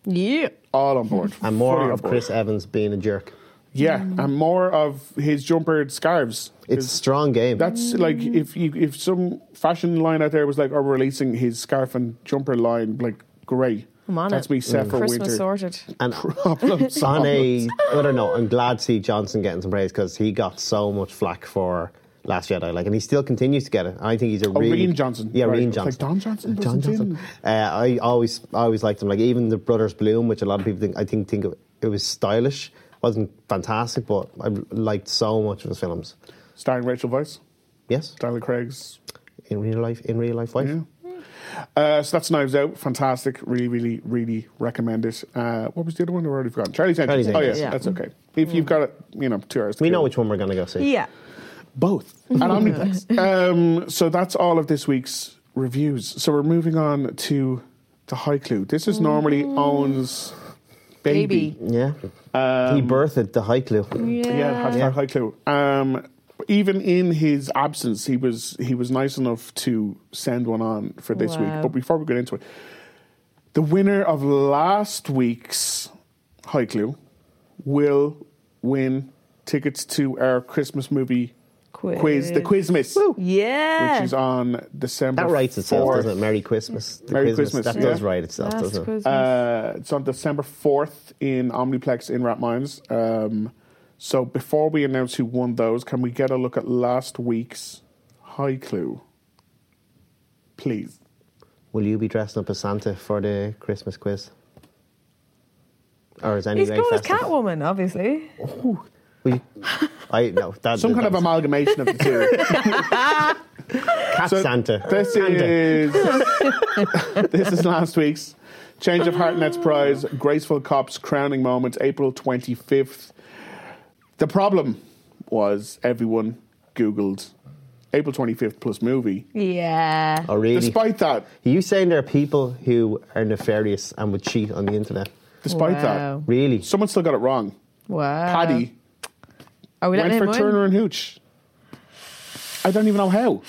C: Yeah,
B: all on board,
D: and more
B: Fully on
D: of
B: board.
D: Chris Evans being a jerk.
B: Yeah,
C: Mm.
B: and more of his jumper scarves.
D: It's strong game.
B: That's like
C: Mm.
B: if you if some fashion line out there was like, "Are releasing his scarf and jumper line?" Like, great.
C: I'm on
B: That's
C: it.
B: me set for
C: Christmas
B: winter.
C: sorted.
D: And
B: Problems.
D: on a, I don't know. I'm glad to see Johnson getting some praise because he got so much flack for Last Jedi, like, and he still continues to get it. I think he's a
B: Oh,
D: really
B: Rian Johnson.
D: Yeah,
B: Right.
D: Rian
B: It's
D: Johnson.
B: Like Don Johnson.
D: Don Johnson. Uh, I always, I always liked him. Like even the Brothers Bloom, which a lot of people think I think think of, it was stylish, wasn't fantastic, but I liked so much of his films.
B: Starring Rachel Weisz.
D: Yes,
B: Tyler Craig's
D: in real life, in real life wife.
B: Uh, so that's Knives Out. Fantastic. Really, really, really recommend it. Uh, what was the other one? I've already forgotten. Charlie's Angels.
D: Charlie's
B: Oh, yeah,
D: Angels. Yeah.
B: that's okay. If
C: Mm.
B: you've got it, you know, two hours.
D: We know which one we're going to go see.
C: Yeah.
B: Both. And Omniplex. um, so that's all of this week's reviews. So we're moving on to to High Clue. This is normally Owen's Mm. baby.
D: Yeah. he birthed the high clue.
B: Yeah, hashtag high clue. Um, even in his absence, he was he was nice enough to send one on for this
C: Wow.
B: week. But before we get into it, the winner of last week's high clue will win tickets to our Christmas movie quiz, the Quizmas,
C: Yeah.
B: which is on December.
D: That writes itself,
B: 4th.
D: doesn't it? Merry Christmas. The
B: Merry
D: Christmas,
B: Christmas.
D: That does write itself,
C: Last
D: doesn't it?
C: Christmas.
B: Uh, it's on December 4th in Omniplex in Ratmines. Um, so before we announce who won those, can we get a look at last week's high clue? Please.
D: Will you be dressing up as Santa for the Christmas quiz? Or is any
C: He's
D: way
C: going as
D: festive?
C: Catwoman, obviously.
D: Will you- I no. That,
B: Some kind of amalgamation of the two.
D: cat Santa.
B: This
D: Santa.
B: is this is last week's change of Hartnett's prize, graceful cops crowning moment, April twenty fifth. The problem was everyone googled April twenty fifth plus movie.
C: Yeah.
B: Uh,
D: Oh, really?
B: Despite that,
D: are you saying there are people who are nefarious and would cheat on the internet?
B: Despite that,
C: Wow.
D: really,
B: someone still got it wrong.
C: Wow.
B: Paddy
C: Are we
B: went
C: letting
B: for
C: him win?
B: Turner and Hooch. I don't even know how.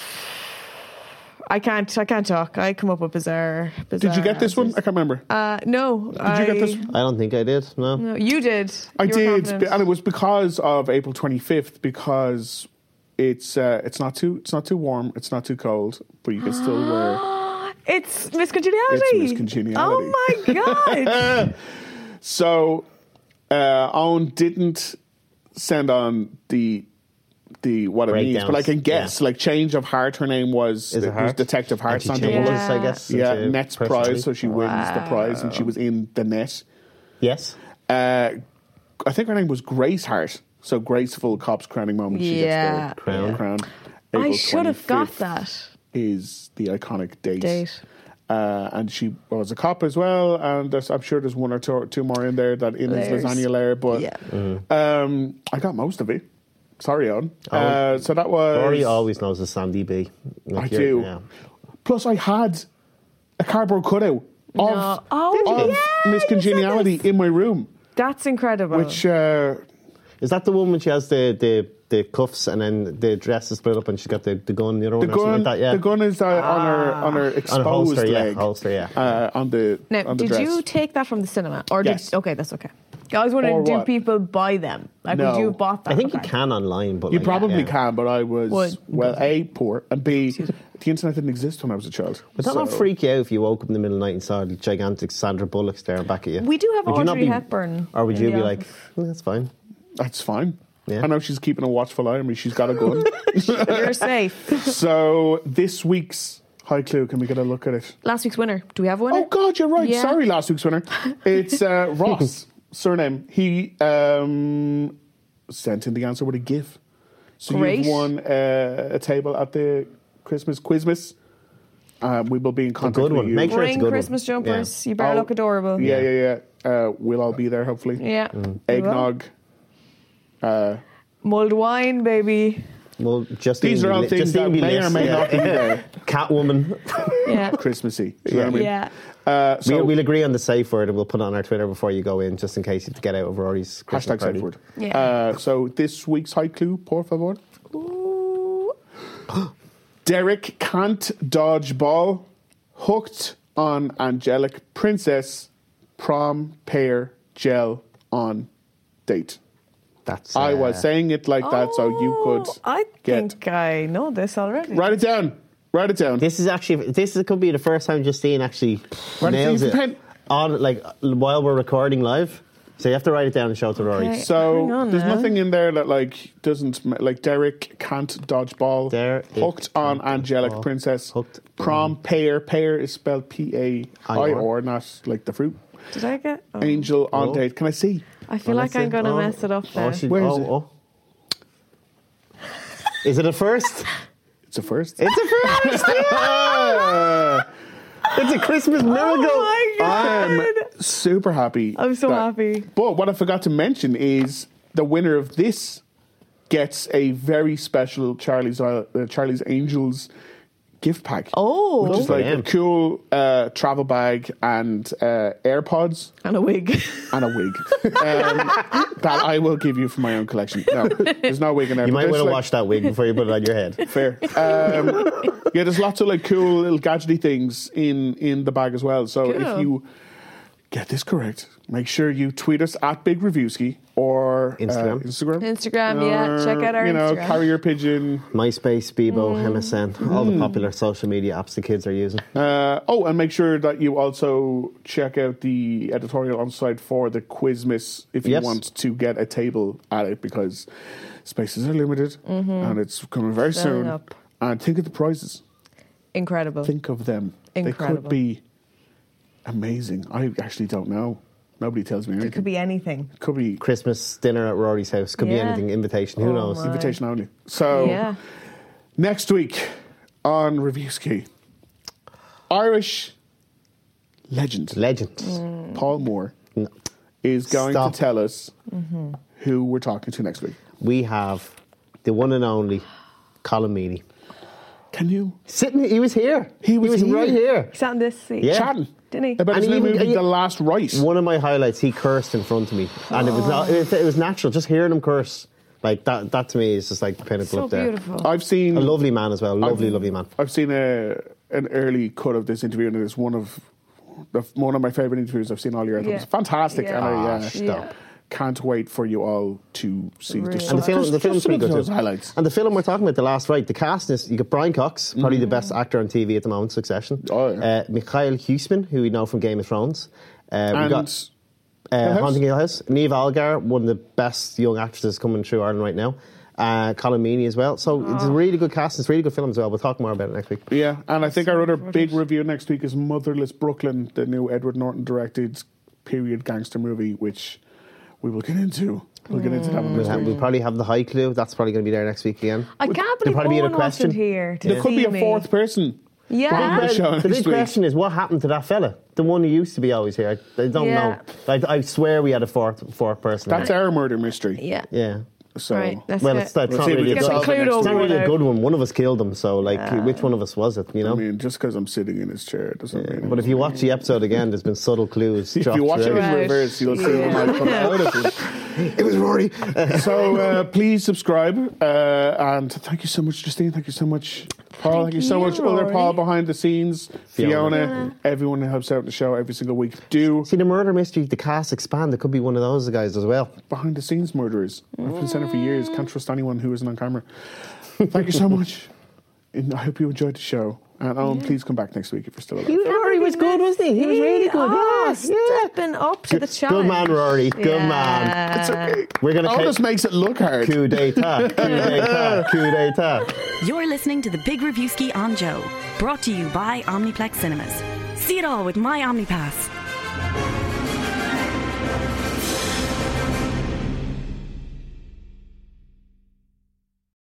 C: I can't. I can't talk. I come up with bizarre. bizarre
B: Did you get this one? I can't remember.
C: Uh, no. Did
B: you get this one?
D: I don't think I did. No.
C: No, you did.
B: I
C: You were
B: did,
C: confident.
B: and it was because of April 25th because it's uh, it's not too it's not too warm, it's not too cold, but you can still wear.
C: It's miscongeniality.
B: It's miscongeniality.
C: Oh my god.
B: So, uh, Owen didn't send on the the what it means, but I
D: Breakdowns,
B: can guess. Like change of heart, her name was,
D: Is it
B: was
D: Heart?
B: Detective Heart.
D: And she
B: Sandra
D: changes,
B: Bullock.
D: I guess,
B: Yeah,
D: into
B: Net's
D: personality.
B: prize, so she wins the prize, and she was in the net.
D: Yes.
B: Uh, I think her name was Grace Hart. So graceful cops crowning moment. She
C: Yeah.
B: gets the crown.
D: Yeah.
B: crown.
C: I
B: April
C: should have got
B: 25th
C: that.
B: Is the iconic date.
C: Date.
B: Uh, and she was a cop as well, and there's, I'm sure there's one or two, two more in there that in his
C: Layers.
B: lasagna layer. But
C: Yeah.
D: Mm-hmm.
B: um, I got most of it. Sorry, on. Uh,
D: Owen-
B: so that was.
D: Oh, Rory always knows the Sandy B. Like
B: I
D: you're-
B: do.
D: yeah.
B: Plus, I had a cardboard cutout of,
C: No. Oh,
B: of
C: yeah, you
B: Miss
C: said
B: Congeniality in my room,
C: That's incredible.
B: which uh,
D: Is that the one when she has the, the, the cuffs and then the dress is split up and she's got the, the gun, the other
B: the
D: one or
B: gun,
D: something like that? Yeah. Ah.
B: the gun is uh, on her on her
D: on
B: exposed
D: a holster, yeah.
B: leg,
D: Holster, yeah.
B: uh, on the
C: now,
B: on the
C: did
B: dress.
C: you take that from the cinema, or did,
B: Yes.
C: okay, that's okay. I was wondering,
B: Or
C: do
B: what?
C: people buy them? Like,
B: No.
C: would you have bought that?
D: I think
C: Okay.
D: you can online, but
B: You
D: like,
B: probably
D: yeah.
B: can, but I was
C: Would.
B: well a poor and b the internet didn't exist when I was a child.
D: Would that not
B: so-
D: freak you out if you woke up in the middle of the night and saw the gigantic Sandra Bullock staring back at you?
C: We do have
D: Would you not
C: Audrey
D: be-
C: Hepburn
D: Or would
C: in
D: you
C: the
D: be
C: office.
D: like, "Mm, that's fine?
B: That's fine.
D: Yeah.
B: I know she's keeping a watchful eye on me. She's got a gun.
C: You're safe.
B: so this week's High clue. Can we get a look at it?
C: Last week's winner. Do we have one?
B: Oh God, you're right. Sorry, last week's winner. It's uh, Ross surname. He um, sent in the answer with a GIF. So
C: Great.
B: you've won uh, a table at the Christmas Quizmas. Uh, we will be in contact
D: good
B: with
D: one.
B: you.
D: Make sure
C: Bring Christmas jumpers. You better
B: Oh,
C: look adorable.
B: Yeah, yeah, yeah. Uh, we'll all be there hopefully.
C: Yeah. Mm.
B: Eggnog. Uh,
C: Mulled wine, baby.
D: Well, just
B: These are all things that may or may not be there.
D: Catwoman.
C: Yeah.
B: Christmassy.
C: Yeah.
B: Uh,
D: we'll, we'll agree on the safe word and we'll put it on our Twitter before you go in, just in case you have to get out of Rory's Christmas
B: Hashtag
D: party.
B: safe word.
C: Yeah.
B: Uh, so this week's high clue, por favor. Derek can't dodge ball, hooked on angelic princess, prom pair gel on date.
D: That's.
B: I
C: uh,
B: was saying it like that so you could.
C: Oh, I
B: Get-
C: think I know this already.
B: Write it down. Write it down.
D: This is actually this is, could be the first time Justine actually
B: Write it
D: nails
B: down with
D: it
B: a pen.
D: on like while we're recording live. So you have to write it down and show it to Rory.
B: So
C: Eh, hang on
B: there's
C: now.
B: nothing in there that like doesn't ma- like Derek can't dodge ball. hooked on angelic princess. Hooked prom pair. Pair is spelled P A I
C: I-R.
B: or not like the fruit.
C: Did I get? oh.
B: Angel on
C: Oh.
B: date. Can I see?
C: I
D: Oh,
C: feel like I'm gonna mess it up there.
B: Where is it?
D: oh. Is it a first?
B: It's a first.
D: It's a first. yeah! It's a Christmas miracle.
C: Oh my god!
B: I'm super happy.
C: I'm so happy.
B: But what I forgot to mention is the winner of this gets a very special Charlie's uh, Charlie's Angels gift pack.
C: Oh.
B: which is like a
C: Damn.
B: cool uh, travel bag and uh, AirPods
C: and a wig
B: and a wig um, that I will give you for my own collection. No, there's no wig in there.
D: You
B: but
D: might
B: there's,
D: want to
B: like-
D: wash that wig before you put it on your head.
B: Fair. Um, yeah, there's lots of like cool little gadgety things in in the bag as well. So if
C: Cool.
B: you get this correct, make sure you tweet us at Big Reviewski or
D: Instagram.
B: Uh, Instagram. Uh,
C: Instagram. yeah, check out our
B: you know
C: Instagram.
B: carrier pigeon.
D: MySpace, Bebo,
C: Mm.
D: MSN, all
B: Mm.
D: the popular social media apps the kids are using.
B: Uh, oh, and make sure that you also check out the editorial on site for the Quizmas if you
D: Yes.
B: want to get a table at it because spaces are limited
C: Mhm.
B: and it's coming very
C: Filling
B: soon.
C: up.
B: And think of the prizes.
C: Incredible.
B: Think of them. They could
C: Incredible.
B: be amazing. I actually don't know. Nobody tells me anything.
C: it could be anything.
B: Could be
D: Christmas dinner at Rory's house. Could
C: Yeah.
D: be anything. Invitation. Oh. Who
C: Oh
D: knows?
C: my.
B: invitation only. So
C: yeah.
B: next week on Reviewski, Irish legend,
D: legend
C: Mm.
B: Paul Moore is going
D: Stop.
B: to tell us
C: Mm-hmm.
B: who we're talking to next week.
D: We have the one and only Colin Meaney.
B: Can you?
D: Sitting, he was here. He
B: was here.
D: right here.
C: He sat in this seat.
D: Yeah.
B: Chatting
C: Didn't he?
B: about
D: And
B: his
D: he
B: new
D: even-
B: movie,
D: he-
B: The Last Rice.
D: One of my highlights, he cursed in front of me, and it was not, it, it was natural. Just hearing him curse, like that, that to me is just like the pinnacle
C: So
D: up there.
C: beautiful.
B: I've seen
D: A lovely man as well. Lovely, lovely man.
B: I've seen a an early cut of this interview, and it's one of of- one of my favorite interviews I've seen all year. I thought It was
C: Yeah.
B: fantastic,
C: Yeah.
B: and I
D: Ah,
B: uh,
D: stop.
B: can't wait for you all to see
C: Really?
B: this.
D: And the film,
B: Just-
D: the
B: just
D: film's
B: some
D: pretty
B: of
D: good.
B: those
D: too.
B: highlights.
D: And the film we're talking about, the last right, the cast is you got Brian Cox, probably the best actor on TV at the moment, Succession.
B: Mm-hmm. Oh, yeah.
D: uh, Mikhail Huseman, who we know from Game of Thrones. Uh, we
B: And
D: got
B: Hill
D: uh,
B: House?
D: Haunting Hill House. Neve Algar, one of the best young actresses coming through Ireland right now. Uh, Colin Meaney as well. So it's
B: Oh.
D: a really good cast. It's a really good film as well. We'll talk more about it next week.
B: Yeah, and I think our other big review next week is Motherless Brooklyn, the new Edward Norton directed period gangster movie, which we will get into. We'll get into that one
D: We'll,
B: next
D: have, we'll
B: week.
D: probably have the high clue. That's probably going to be there next week again.
C: I can't
D: There'll
C: believe
D: probably be
C: Owen
D: a question.
C: wasn't here to
B: There could
C: see
B: be a
C: me.
B: fourth person.
C: Yeah.
B: on the show
D: The
B: next
D: big
B: week.
D: question is what happened to that fella? The one who used to be always here. I, I don't
C: Yeah.
D: know. Like I swear we had a fourth fourth person.
B: That's our murder mystery.
C: Yeah.
D: Yeah.
B: So
C: Right, that's
D: well,
C: it.
D: it's, that's
B: Let's
D: not
B: see if we
D: really, a
B: can
D: good,
B: solve
D: it's
B: it next
D: not
B: week.
D: really a good one. One of us killed him, so like,
C: Yeah.
D: which one of us was it? You know.
B: I mean, just because I'm sitting in his chair doesn't mean.
D: but if you watch the episode again, there's been subtle clues.
B: If
D: dropped
B: you watch it in
D: throughout.
C: Right.
B: reverse, you'll see
C: Yeah.
B: what might come out of it.
D: it was Rory.
B: so uh, please subscribe uh, and thank you so much justine thank you so much paul thank, you so
C: you,
B: much other paul
C: Rory.
B: behind the scenes fiona,
D: Fiona.
B: everyone who helps out the show every single week do
D: See the murder mystery. The cast expand. It could be one of those guys as well.
B: behind the scenes murderers i've been saying it for years can't trust anyone who isn't on camera thank you so much and i hope you enjoyed the show and um, please come back next week if you're still alive
D: Rory was good, wasn't he? He was really good.
C: Oh, stepping up to the challenge.
D: Good man, Rory. Good man.
C: Yeah.
D: We're gonna
B: All
D: take-
B: this makes it look hard.
D: Coup d'etat. Coup d'etat. Coup d'etat.
O: You're listening to the Big Review Ski on Joe, brought to you by Omniplex Cinemas. See it all with my OmniPass.